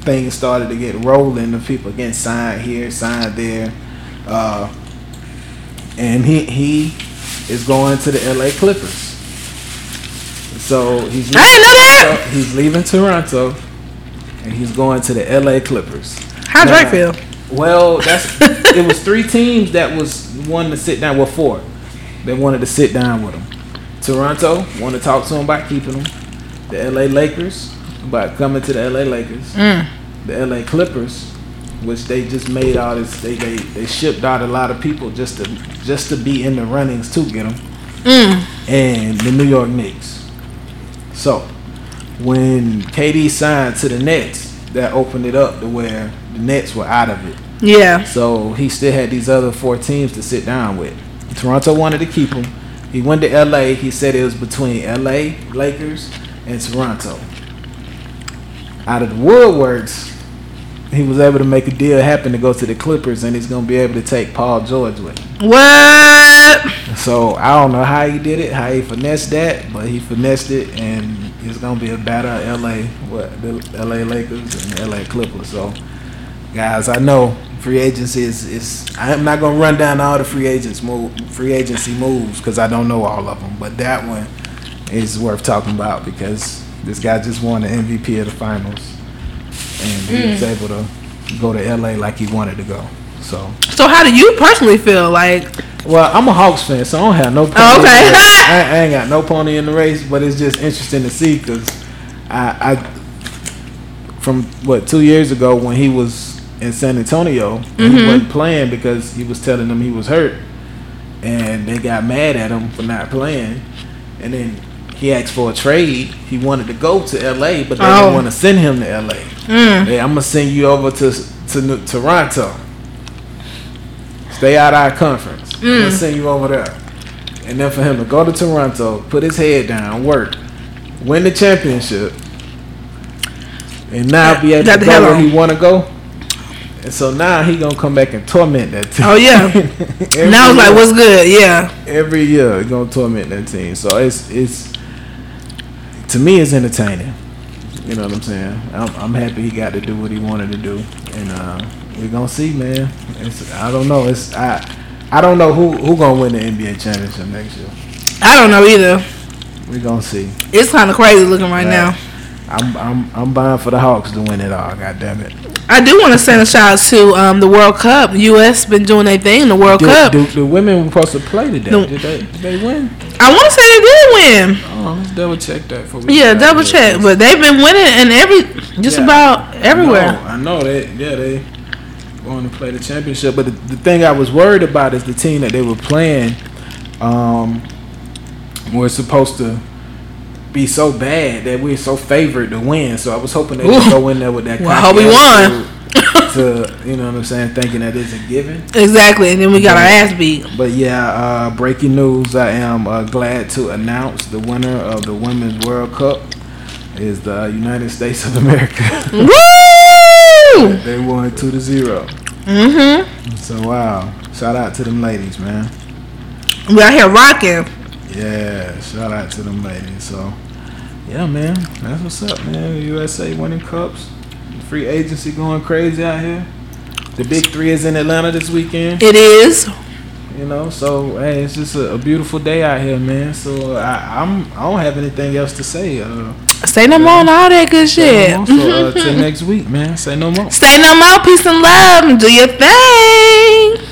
Speaker 1: things started to get rolling. The people getting signed here, signed there, uh, and he he is going to the L.A. Clippers. So he's
Speaker 2: I didn't know that.
Speaker 1: he's leaving Toronto, and he's going to the L.A. Clippers.
Speaker 2: How Drake
Speaker 1: Nah.
Speaker 2: feel?
Speaker 1: Well, that's it was three teams that was wanting to sit down. Well, four that wanted to sit down with him. Toronto wanted to talk to him about keeping him. The L.A. Lakers about coming to the L.A. Lakers. The L.A. Clippers, which they just made all this, they, they they shipped out a lot of people just to just to be in the runnings to get him. And the New York Knicks. So when KD signed to the Nets, that opened it up to where the Nets were out of it.
Speaker 2: Yeah,
Speaker 1: So he still had these other four teams to sit down with. Toronto wanted to keep him. He went to LA. He said it was between LA, Lakers, and Toronto. Out of the woodworks, he was able to make a deal happen to go to the Clippers, and he's going to be able to take Paul George with him.
Speaker 2: what?
Speaker 1: So I don't know how he did it, how he finessed that, but he finessed it, and it's gonna be a battle of LA, what the LA Lakers and LA Clippers. So, guys, I know free agency is is. I'm not gonna run down all the free agents move, free agency moves because I don't know all of them, but that one is worth talking about because this guy just won the MVP of the finals, and he was able to go to LA like he wanted to go. So
Speaker 2: So how do you personally feel? Like
Speaker 1: well, I'm a Hawks fan, so I don't have no. Pony
Speaker 2: Oh, okay.
Speaker 1: in the race. I, I ain't got no pony in the race, but it's just interesting to see because I, I, from what two years ago when he was in San Antonio, and he wasn't playing because he was telling them he was hurt, and they got mad at him for not playing, and then he asked for a trade. He wanted to go to L.A., but they
Speaker 2: Oh.
Speaker 1: didn't want to send him to L.A. Hey, I'm gonna send you over to to New- Toronto. Stay out of our conference. I'm gonna send you over there. And then for him to go to Toronto, put his head down, work, win the championship, and now be able
Speaker 2: Got
Speaker 1: to
Speaker 2: the
Speaker 1: go
Speaker 2: hell
Speaker 1: where
Speaker 2: on.
Speaker 1: he want to go. And so now he gonna come back and torment that team.
Speaker 2: Oh, yeah.
Speaker 1: Every
Speaker 2: now it's like
Speaker 1: year-
Speaker 2: what's good? Yeah.
Speaker 1: Every year he gonna torment that team. So it's it's to me it's entertaining. You know what I'm saying? I'm, I'm happy he got to do what he wanted to do, and uh, we're gonna see, man. It's I don't know. It's I I don't know who who gonna win the NBA championship next year.
Speaker 2: I don't know either.
Speaker 1: We're gonna see. Uh,
Speaker 2: It's kind of crazy looking right now.
Speaker 1: I'm I'm I'm buying for the Hawks to win it all. God damn it.
Speaker 2: I do want to send a shout out to um, the World Cup. U.S. been doing their thing in the World
Speaker 1: Did,
Speaker 2: Oh, Cup.
Speaker 1: do the women were supposed to play today.
Speaker 2: No.
Speaker 1: Did they did they win?
Speaker 2: I want to say they did win.
Speaker 1: Oh, let's double check that for me.
Speaker 2: Yeah, double check. But they've been winning in every, just
Speaker 1: Yeah.
Speaker 2: about everywhere.
Speaker 1: No, I know that. Yeah, they going to play the championship. But the, the thing I was worried about is the team that they were playing um, was supposed to be so bad that we're so favored to win. So I was hoping they would
Speaker 2: Ooh.
Speaker 1: go in there with that.
Speaker 2: Well, I
Speaker 1: cocky
Speaker 2: hope we won.
Speaker 1: attitude to you know what I'm saying, thinking that it's a given.
Speaker 2: Exactly. And then we got our
Speaker 1: Yeah.
Speaker 2: ass beat.
Speaker 1: But yeah, uh, breaking news. I am uh, glad to announce the winner of the Women's World Cup is the United States of America.
Speaker 2: Woo!
Speaker 1: they won two to zero.
Speaker 2: Mm-hmm.
Speaker 1: So wow, shout out to them ladies, man.
Speaker 2: We out here rocking.
Speaker 1: Yeah, shout out to them ladies. So yeah, man, that's what's up, man. USA winning cups, free agency going crazy out here. The big three is in Atlanta this weekend,
Speaker 2: It is.
Speaker 1: you know. So hey, it's just a, a beautiful day out here, man. So I, I'm I don't have anything else to say. Uh,
Speaker 2: Stay no more on all that good shit.
Speaker 1: no more. So, uh, till next week, man. Say no more.
Speaker 2: Stay no more. Peace and love. and Do your thing.